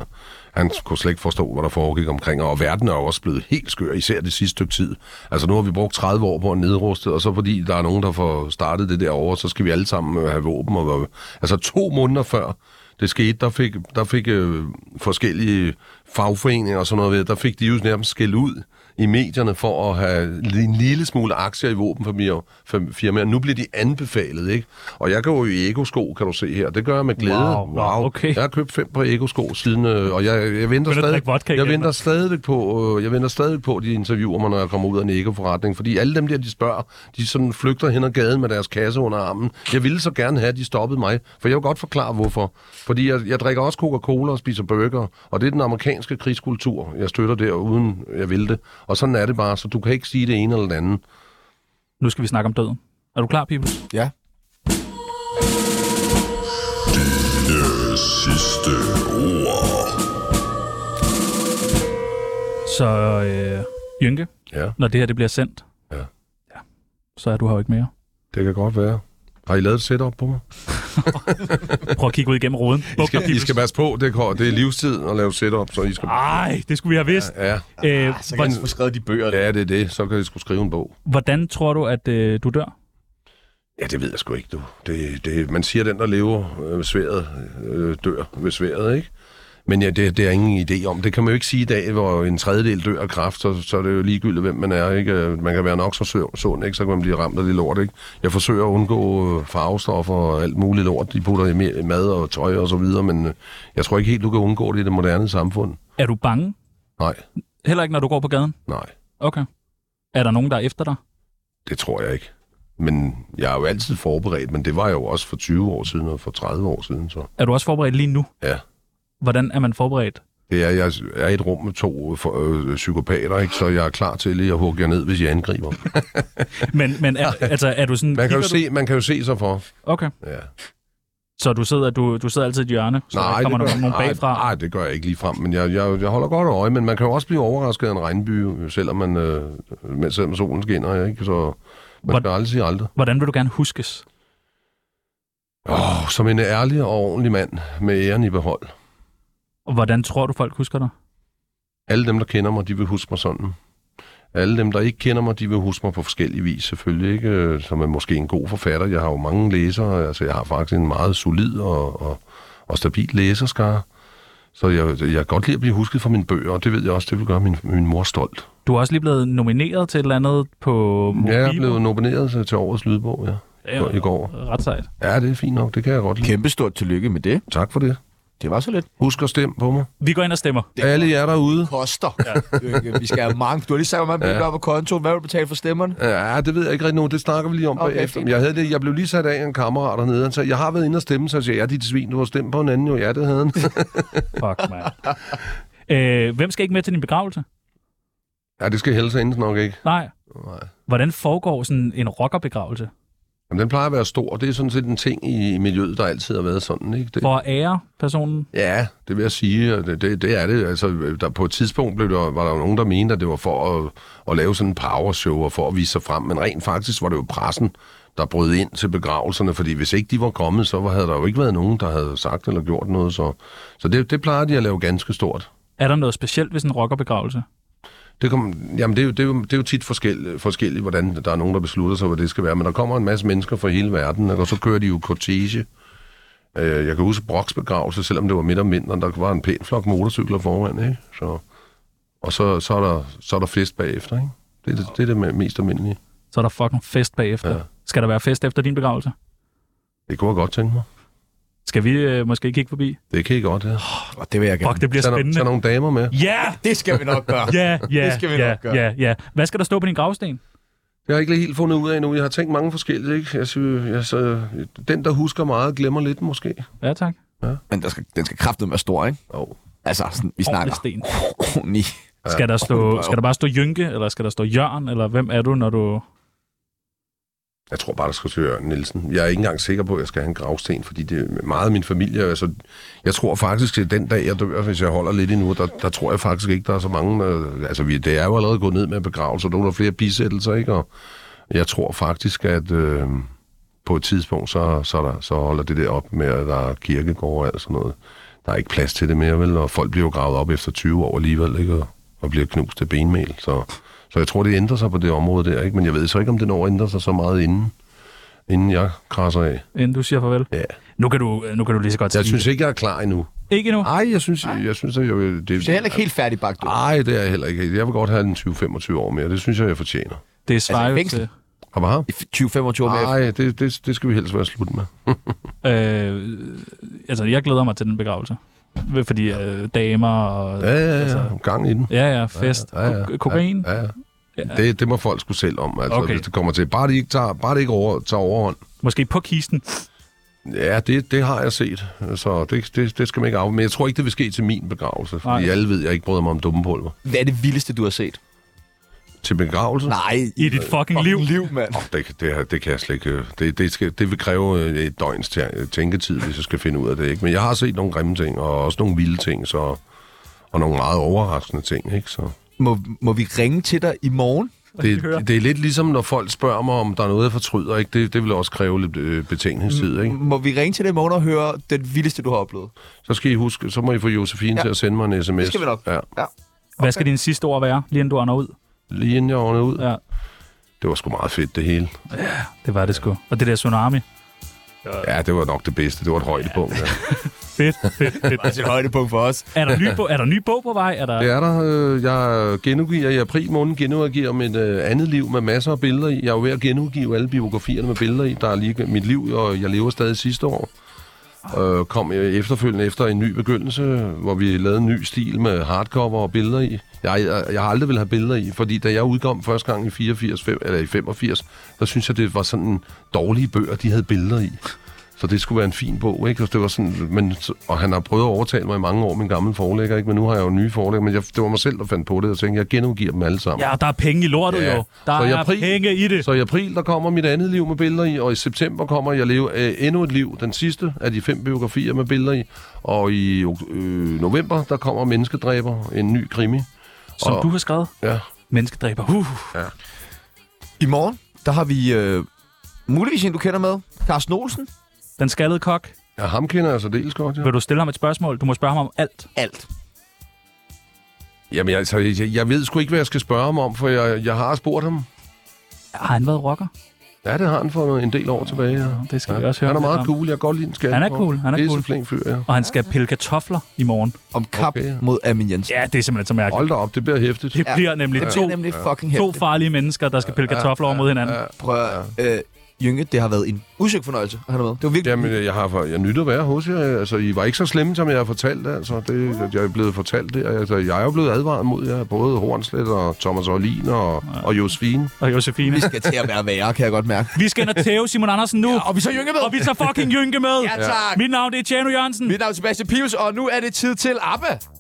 [SPEAKER 3] Han kunne slet ikke forstå, hvad der foregik omkring, og verden er jo også blevet helt skør, især det sidste stykke tid. Altså nu har vi brugt 30 år på at nedruste, og så fordi der er nogen, der får startet det derovre, så skal vi alle sammen øh, have våben. Og, være- altså to måneder før, det skete, der fik, der fik øh, forskellige fagforeninger og sådan noget ved, der fik de jo nærmest skæld ud i medierne for at have li- en lille smule aktier i våbenfirmaer. Nu bliver de anbefalet, ikke? Og jeg går jo i Ego-sko, kan du se her. Det gør jeg med glæde.
[SPEAKER 2] Wow, wow, okay.
[SPEAKER 3] Jeg har købt fem på Ego-sko siden, øh, og jeg, jeg venter
[SPEAKER 2] at
[SPEAKER 3] stadig,
[SPEAKER 2] drikke vodka
[SPEAKER 3] jeg
[SPEAKER 2] igen,
[SPEAKER 3] venter
[SPEAKER 2] mand.
[SPEAKER 3] stadig på, øh, jeg venter stadig på, at de interviewer mig, når jeg kommer ud af en Ego-forretning. Fordi alle dem der, de spørger, de sådan flygter hen ad gaden med deres kasse under armen. Jeg ville så gerne have, at de stoppede mig, for jeg vil godt forklare, hvorfor. Fordi jeg, jeg drikker også Coca-Cola og spiser burger, og det er den amerikanske krigskultur. Jeg støtter der, uden jeg vil det. Og sådan er det bare, så du kan ikke sige det ene eller det andet.
[SPEAKER 2] Nu skal vi snakke om døden. Er du klar, Pibels?
[SPEAKER 1] Ja.
[SPEAKER 2] Så øh, Jynke,
[SPEAKER 3] Ja,
[SPEAKER 2] når det her det bliver sendt,
[SPEAKER 3] Ja.
[SPEAKER 2] Ja, så er du her jo ikke mere.
[SPEAKER 3] det kan godt være. Har I lavet et setup på mig?
[SPEAKER 2] Prøv at kigge ud igennem ruden.
[SPEAKER 3] I
[SPEAKER 2] Buk dig,
[SPEAKER 3] skal, I
[SPEAKER 2] Pibels.
[SPEAKER 3] skal passe på, det er, det er livstid at lave setup, så I skal...
[SPEAKER 2] Ah. Ej, det skulle vi have vidst.
[SPEAKER 3] Ja,
[SPEAKER 2] Øh,
[SPEAKER 1] Så kan
[SPEAKER 2] hvordan,
[SPEAKER 1] jeg få skrevet de bøger. der.
[SPEAKER 3] ja, det er det. Så kan I skulle skrive en bog.
[SPEAKER 2] hvordan tror du, at øh, du dør?
[SPEAKER 3] Ja, det ved jeg sgu ikke, du. Det, det, man siger, at den, der lever øh, ved sværet, øh, dør ved sværet, ikke? Men ja, det, det er ingen idé om. Det kan man jo ikke sige i dag, hvor en tredjedel dør af kræft, så, så er det jo ligegyldigt, hvem man er, ikke? Øh, Man kan være nok så sø- sund, ikke? Så kan man blive ramt af det lort, ikke? Jeg forsøger at undgå øh, farvestoffer og alt muligt lort, de putter i me- mad og tøj og så videre, men øh, jeg tror ikke helt, du kan undgå det i det moderne samfund.
[SPEAKER 2] Er du bange?
[SPEAKER 3] Nej,
[SPEAKER 2] Heller ikke, når du går på gaden?
[SPEAKER 3] nej,
[SPEAKER 2] Okay. Er der nogen, der er efter dig?
[SPEAKER 3] det tror jeg ikke. Men jeg er jo altid forberedt, men det var jeg jo også for 20 år siden og for 30 år siden, så
[SPEAKER 2] Er du også forberedt lige nu?
[SPEAKER 3] ja.
[SPEAKER 2] Hvordan er man forberedt?
[SPEAKER 3] Det er, jeg er i et rum med to øh, for, øh, psykopater, ikke? så jeg er klar til lige at hugge jer ned, hvis jeg angriber.
[SPEAKER 2] Men, men er, altså, er du sådan...
[SPEAKER 3] Man kan, jo
[SPEAKER 2] kigger du?
[SPEAKER 3] se, man kan jo se sig for.
[SPEAKER 2] Okay.
[SPEAKER 3] Ja.
[SPEAKER 2] Så du sidder, du, du sidder altid i et hjørne, så der kommer nogen, nogen bagfra?
[SPEAKER 3] nej, nej, det gør jeg ikke lige frem, men jeg, jeg, jeg holder godt øje, men man kan jo også blive overrasket af en regnby, selvom, man, øh, men- selvom solen skinner, ikke? så man skal
[SPEAKER 2] Hvordan-
[SPEAKER 3] aldrig sige aldrig.
[SPEAKER 2] Hvordan vil du gerne huskes?
[SPEAKER 3] Oh, som en ærlig og ordentlig mand med æren i behold.
[SPEAKER 2] Og hvordan tror du, folk husker dig?
[SPEAKER 3] Alle dem, der kender mig, de vil huske mig sådan. Alle dem, der ikke kender mig, de vil huske mig på forskellige vis, selvfølgelig ikke. Øh, Som er måske en god forfatter. Jeg har jo mange læsere. Altså, jeg har faktisk en meget solid og, og, og stabil læserskare. Så jeg, jeg kan godt lide at blive husket for mine bøger, og det ved jeg også, det vil gøre min, min mor stolt.
[SPEAKER 2] Du er også lige blevet nomineret til et eller andet på
[SPEAKER 3] Ja, jeg
[SPEAKER 2] Mofibo.
[SPEAKER 3] blev nomineret til- til årets lydbog, ja.
[SPEAKER 2] Det er jo
[SPEAKER 3] i går.
[SPEAKER 2] Ret sejt.
[SPEAKER 3] Ja, det er fint nok. Det kan jeg godt lide.
[SPEAKER 1] Kæmpe stort tillykke med det.
[SPEAKER 3] Tak for det.
[SPEAKER 1] Det var så lidt.
[SPEAKER 3] Husk at stemme på mig.
[SPEAKER 2] Vi går ind og stemmer.
[SPEAKER 1] Det
[SPEAKER 3] Alle jer derude.
[SPEAKER 1] koster. Ja. Vi skal have mange. Du har lige sagt, hvor mange penge ja. på kontoen. Hvad vil du betale for stemmerne?
[SPEAKER 3] Ja, det ved jeg ikke rigtig nu. Det snakker vi lige om okay,
[SPEAKER 1] Okay,
[SPEAKER 3] bagefter.
[SPEAKER 1] fint.
[SPEAKER 3] Jeg, havde det, jeg blev lige sat af af en kammerat dernede. Han sagde, jeg har været inde og stemme, så jeg siger, ja, dit svin, du har stemt på en anden. Jo, ja, det havde han.
[SPEAKER 2] Fuck, man. øh, hvem skal ikke med til din begravelse?
[SPEAKER 3] ja, det skal helse inden nok ikke.
[SPEAKER 2] Nej.
[SPEAKER 3] Nej.
[SPEAKER 2] Hvordan foregår sådan en rockerbegravelse?
[SPEAKER 3] Jamen, den plejer at være stor. Det er sådan set en ting i i miljøet, der altid har været sådan, ikke? Det,
[SPEAKER 2] For at ære personen?
[SPEAKER 3] ja, det vil jeg sige. og Det, det, det er det. Altså, der, på et tidspunkt blev der, var der jo nogen, der mente, at det var for at, at lave sådan en powershow og for at vise sig frem. Men rent faktisk var det jo pressen, der brød ind til begravelserne, fordi hvis ikke de var kommet, så havde der jo ikke været nogen, der havde sagt eller gjort noget. Så, så det, det plejer de at lave ganske stort.
[SPEAKER 2] Er der noget specielt ved sådan en rockerbegravelse?
[SPEAKER 3] Det, kom, jamen det, er jo, det, er jo, det er jo tit forskel, forskelligt, hvordan der er nogen, der beslutter sig, hvad det skal være. Men der kommer en masse mennesker fra hele verden, ikke? og så kører de jo cortege. Øh, jeg kan huske Broks begravelse, selvom det var midt om vinteren, der var en pæn flok motorcykler foran. Ikke? Så, og så, så, er der, så er der fest bagefter. Ikke? Det, er det, det er det me- mest almindelige.
[SPEAKER 2] Så er der fucking fest bagefter. Ja.
[SPEAKER 3] Ja.
[SPEAKER 2] Skal der være fest efter din begravelse?
[SPEAKER 3] Det kunne jeg godt tænke mig.
[SPEAKER 2] Skal vi øh, måske kigge forbi?
[SPEAKER 3] Det kan I godt, ja.
[SPEAKER 1] Og det vil jeg gerne.
[SPEAKER 2] Fuck, det bliver
[SPEAKER 3] Tag, no-
[SPEAKER 2] spændende.
[SPEAKER 3] tag nogle damer med.
[SPEAKER 2] Ja!
[SPEAKER 1] Det skal vi nok gøre.
[SPEAKER 2] Ja, ja,
[SPEAKER 1] Det skal vi
[SPEAKER 2] ja,
[SPEAKER 1] nok gøre.
[SPEAKER 2] ja, ja. Hvad skal der stå på din gravsten?
[SPEAKER 3] Jeg har ikke lige helt fundet ud af endnu. Jeg har tænkt mange forskellige, ikke? Jeg synes, jeg, så, den, der husker meget, glemmer lidt måske.
[SPEAKER 2] Ja, tak.
[SPEAKER 1] Men der skal, den skal kraftedeme være stor, ikke?
[SPEAKER 3] Jo.
[SPEAKER 1] Altså, sådan, vi snakker
[SPEAKER 2] Ordentlig sten.
[SPEAKER 1] ordentlig.
[SPEAKER 2] Skal der, stå,
[SPEAKER 1] ordentligt.
[SPEAKER 2] skal der bare stå Jynke, eller skal der stå Jørgen, eller hvem er du, når du...
[SPEAKER 3] Jeg tror bare, der skal til Jørgen Nielsen. Jeg er ikke engang sikker på, at jeg skal have en gravsten, fordi det er meget af min familie. Altså, jeg tror faktisk, at den dag, jeg dør, hvis jeg holder lidt endnu, der, der tror jeg faktisk ikke, der er så mange... øh, altså, vi, det er jo allerede gået ned med begravelser. Der er der flere bisættelser, ikke? Og jeg tror faktisk, at øh, på et tidspunkt, så, så, er der, så holder det der op med, at der er kirkegård og alt sådan noget. Der er ikke plads til det mere, vel? Og folk bliver jo gravet op efter 20 år alligevel, ikke? Og, og bliver knust af benmel, så... Så jeg tror, det ændrer sig på det område der, ikke? Men jeg ved så ikke, om det når at ændre sig så meget inden inden jeg krasser af.
[SPEAKER 2] inden du siger farvel?
[SPEAKER 3] Ja.
[SPEAKER 2] Nu kan du, nu kan du lige så godt
[SPEAKER 3] Jeg
[SPEAKER 2] sige
[SPEAKER 3] synes Ah,
[SPEAKER 2] det.
[SPEAKER 3] ikke, jeg er klar endnu.
[SPEAKER 2] Ikke endnu?
[SPEAKER 3] Ej, jeg synes, jeg synes, at jeg, det,
[SPEAKER 1] Så er heller ikke helt færdig bagt ud.
[SPEAKER 3] Ej, det er jeg heller ikke. Jeg vil godt have en 20-25 år mere. Det synes jeg, jeg fortjener.
[SPEAKER 2] Det svarer jo
[SPEAKER 1] fængsel?
[SPEAKER 2] til...
[SPEAKER 3] Har man har?
[SPEAKER 1] I 20-25 år mere.
[SPEAKER 3] Nej, det, det, det skal vi helst være slut med.
[SPEAKER 2] Øh, altså, jeg glæder mig til den begravelse. Fordi øh, damer og...
[SPEAKER 3] Ja, ja, ja. Gang i den.
[SPEAKER 2] Ja, ja, fest.
[SPEAKER 3] Ja, ja.
[SPEAKER 2] Ko- Kokain.
[SPEAKER 3] Ja, ja. Det, det må folk skulle selv om, altså,
[SPEAKER 2] Okay.
[SPEAKER 3] okay. hvis det kommer til. Bare det ikke tager, bare det ikke over, tager overhånd.
[SPEAKER 2] Måske på kisten.
[SPEAKER 3] Ja, det, det har jeg set, så det, det, det skal man ikke af. Men jeg tror ikke, det vil ske til min begravelse, fordi
[SPEAKER 2] Nej.
[SPEAKER 3] Nej. alle ved, at jeg ikke bryder mig om dummepulver.
[SPEAKER 1] Hvad er det vildeste, du har set?
[SPEAKER 3] Til begravelse?
[SPEAKER 1] Nej,
[SPEAKER 2] I dit fucking liv.
[SPEAKER 1] liv, mand.
[SPEAKER 3] Åh, Det, det, det kan jeg slet ikke... øh, Det, det, skal, det vil kræve øh, et døgns tæ- tænketid, hvis jeg skal finde ud af det. Ikke? Men jeg har set nogle grimme ting, og også nogle vilde ting, så, og nogle meget overraskende ting. Ikke? Så
[SPEAKER 1] Må, må vi ringe til dig i morgen?
[SPEAKER 3] det,
[SPEAKER 2] hører.
[SPEAKER 3] det er lidt ligesom, når folk spørger mig, om der er noget, jeg fortryder. Ikke? Det, det vil også kræve lidt øh, betænkningstid. Ikke?
[SPEAKER 1] Må vi ringe til dig i morgen og høre den vildeste, du har oplevet?
[SPEAKER 3] Så skal I huske, så må I få Josefine ja. til at sende mig en sms.
[SPEAKER 1] Det skal vi nok.
[SPEAKER 3] Ja.
[SPEAKER 1] ja.
[SPEAKER 2] Hvad skal dine sidste ord være, lige inden du ånder ud?
[SPEAKER 3] Lige inden jeg ordnede ud. Ja.
[SPEAKER 2] Ja,
[SPEAKER 3] Det var sgu meget fedt, det hele.
[SPEAKER 2] det var det sgu. Og det der tsunami.
[SPEAKER 3] Ja, det var nok det bedste. Det var et højdepunkt. Ja.
[SPEAKER 2] Fedt, fedt, fedt.
[SPEAKER 1] Det er et højdepunkt for os.
[SPEAKER 2] Er der ny, bog, er der ny bog på vej? Er der...
[SPEAKER 3] Det er der. Øh, Jeg genudgiver i april måned genudgiver mit øh, andet liv med masser af billeder i. Jeg er jo ved at genudgive alle biografierne med billeder i. Der er lige mit liv, og jeg lever stadig sidste år. Øh, kom jeg efterfølgende efter en ny begyndelse, hvor vi lavede en ny stil med hardcover og billeder i. Jeg, jeg, jeg har aldrig vil have billeder i, fordi da jeg udkom første gang i 84, fem, eller i 85, der synes jeg, det var sådan dårlige bøger, de havde billeder i. Så det skulle være en fin bog, ikke? Og, det var sådan, men, og han har prøvet at overtale mig i mange år, min gamle forlægger, ikke? Men nu har jeg jo nye forlægger, men jeg, det var mig selv, der fandt på det, og tænkte, jeg genudgiver dem alle sammen.
[SPEAKER 2] Ja, der er penge i lortet
[SPEAKER 3] Ja.
[SPEAKER 2] jo. Der
[SPEAKER 3] Så i
[SPEAKER 2] er
[SPEAKER 3] april-
[SPEAKER 2] penge i det.
[SPEAKER 3] Så i april, der kommer mit andet liv med billeder i, og i september kommer jeg leve øh, endnu et liv, den sidste af de fem biografier med billeder i. Og i ok- øh, november, der kommer Menneskedræber, en ny krimi.
[SPEAKER 2] Som du har skrevet.
[SPEAKER 3] Ja,
[SPEAKER 2] Menneskedræber. Uh.
[SPEAKER 1] I morgen, der har vi øh, muligvis en, du kender med. Carsten Olsen.
[SPEAKER 2] Den skaldede kok.
[SPEAKER 3] ja ham kender jeg særdeles godt, ja.
[SPEAKER 2] Vil du stille ham et spørgsmål? Du må spørge ham om alt.
[SPEAKER 1] Alt.
[SPEAKER 3] Jamen, altså, jeg, jeg ved sgu ikke, hvad jeg skal spørge ham om, for jeg, jeg har spurgt ham.
[SPEAKER 2] Har han været rocker?
[SPEAKER 3] Ja, det har han for en del år tilbage, ja.
[SPEAKER 2] Det skal
[SPEAKER 3] Ja.
[SPEAKER 2] vi også høre
[SPEAKER 3] Han er
[SPEAKER 2] lidt
[SPEAKER 3] meget
[SPEAKER 2] om.
[SPEAKER 3] cool. Jeg kan godt lide en skat.
[SPEAKER 2] Han er cool, han er cool.
[SPEAKER 3] flink fyr, ja.
[SPEAKER 2] Og han skal pille kartofler i morgen.
[SPEAKER 1] Om kap
[SPEAKER 3] Okay.
[SPEAKER 1] okay. mod Amin Jensen.
[SPEAKER 2] Ja, det er simpelthen så mærkeligt.
[SPEAKER 3] Hold da op, det bliver hæftigt.
[SPEAKER 2] Det bliver nemlig
[SPEAKER 1] Det
[SPEAKER 2] to,
[SPEAKER 1] bliver nemlig fucking
[SPEAKER 2] to
[SPEAKER 1] hæftigt.
[SPEAKER 2] farlige mennesker, der skal pille kartofler over mod hinanden.
[SPEAKER 1] Prøv at, øh, Jynke, det har været en usøgt fornøjelse at have dig med. Det var virkelig...
[SPEAKER 3] Jamen, jeg har for, jeg nytter at være hos jer. Altså, I var ikke så slemme, som jeg har fortalt. Altså, det, at jeg er blevet fortalt det. Altså, jeg er jo blevet advaret mod jer. Både Hornslet og Thomas Orlin og, og Josefine.
[SPEAKER 2] Og Josefine.
[SPEAKER 1] Vi skal til at være værre, kan jeg godt mærke.
[SPEAKER 2] Vi skal ind og tæve Simon Andersen nu.
[SPEAKER 1] Og vi så Jynke med.
[SPEAKER 2] Og vi tager fucking Jynke med.
[SPEAKER 1] Ja, tak.
[SPEAKER 2] Mit navn det er Tjano Jørgensen.
[SPEAKER 1] Mit navn er Sebastian Pius, og nu er det tid til ABBA.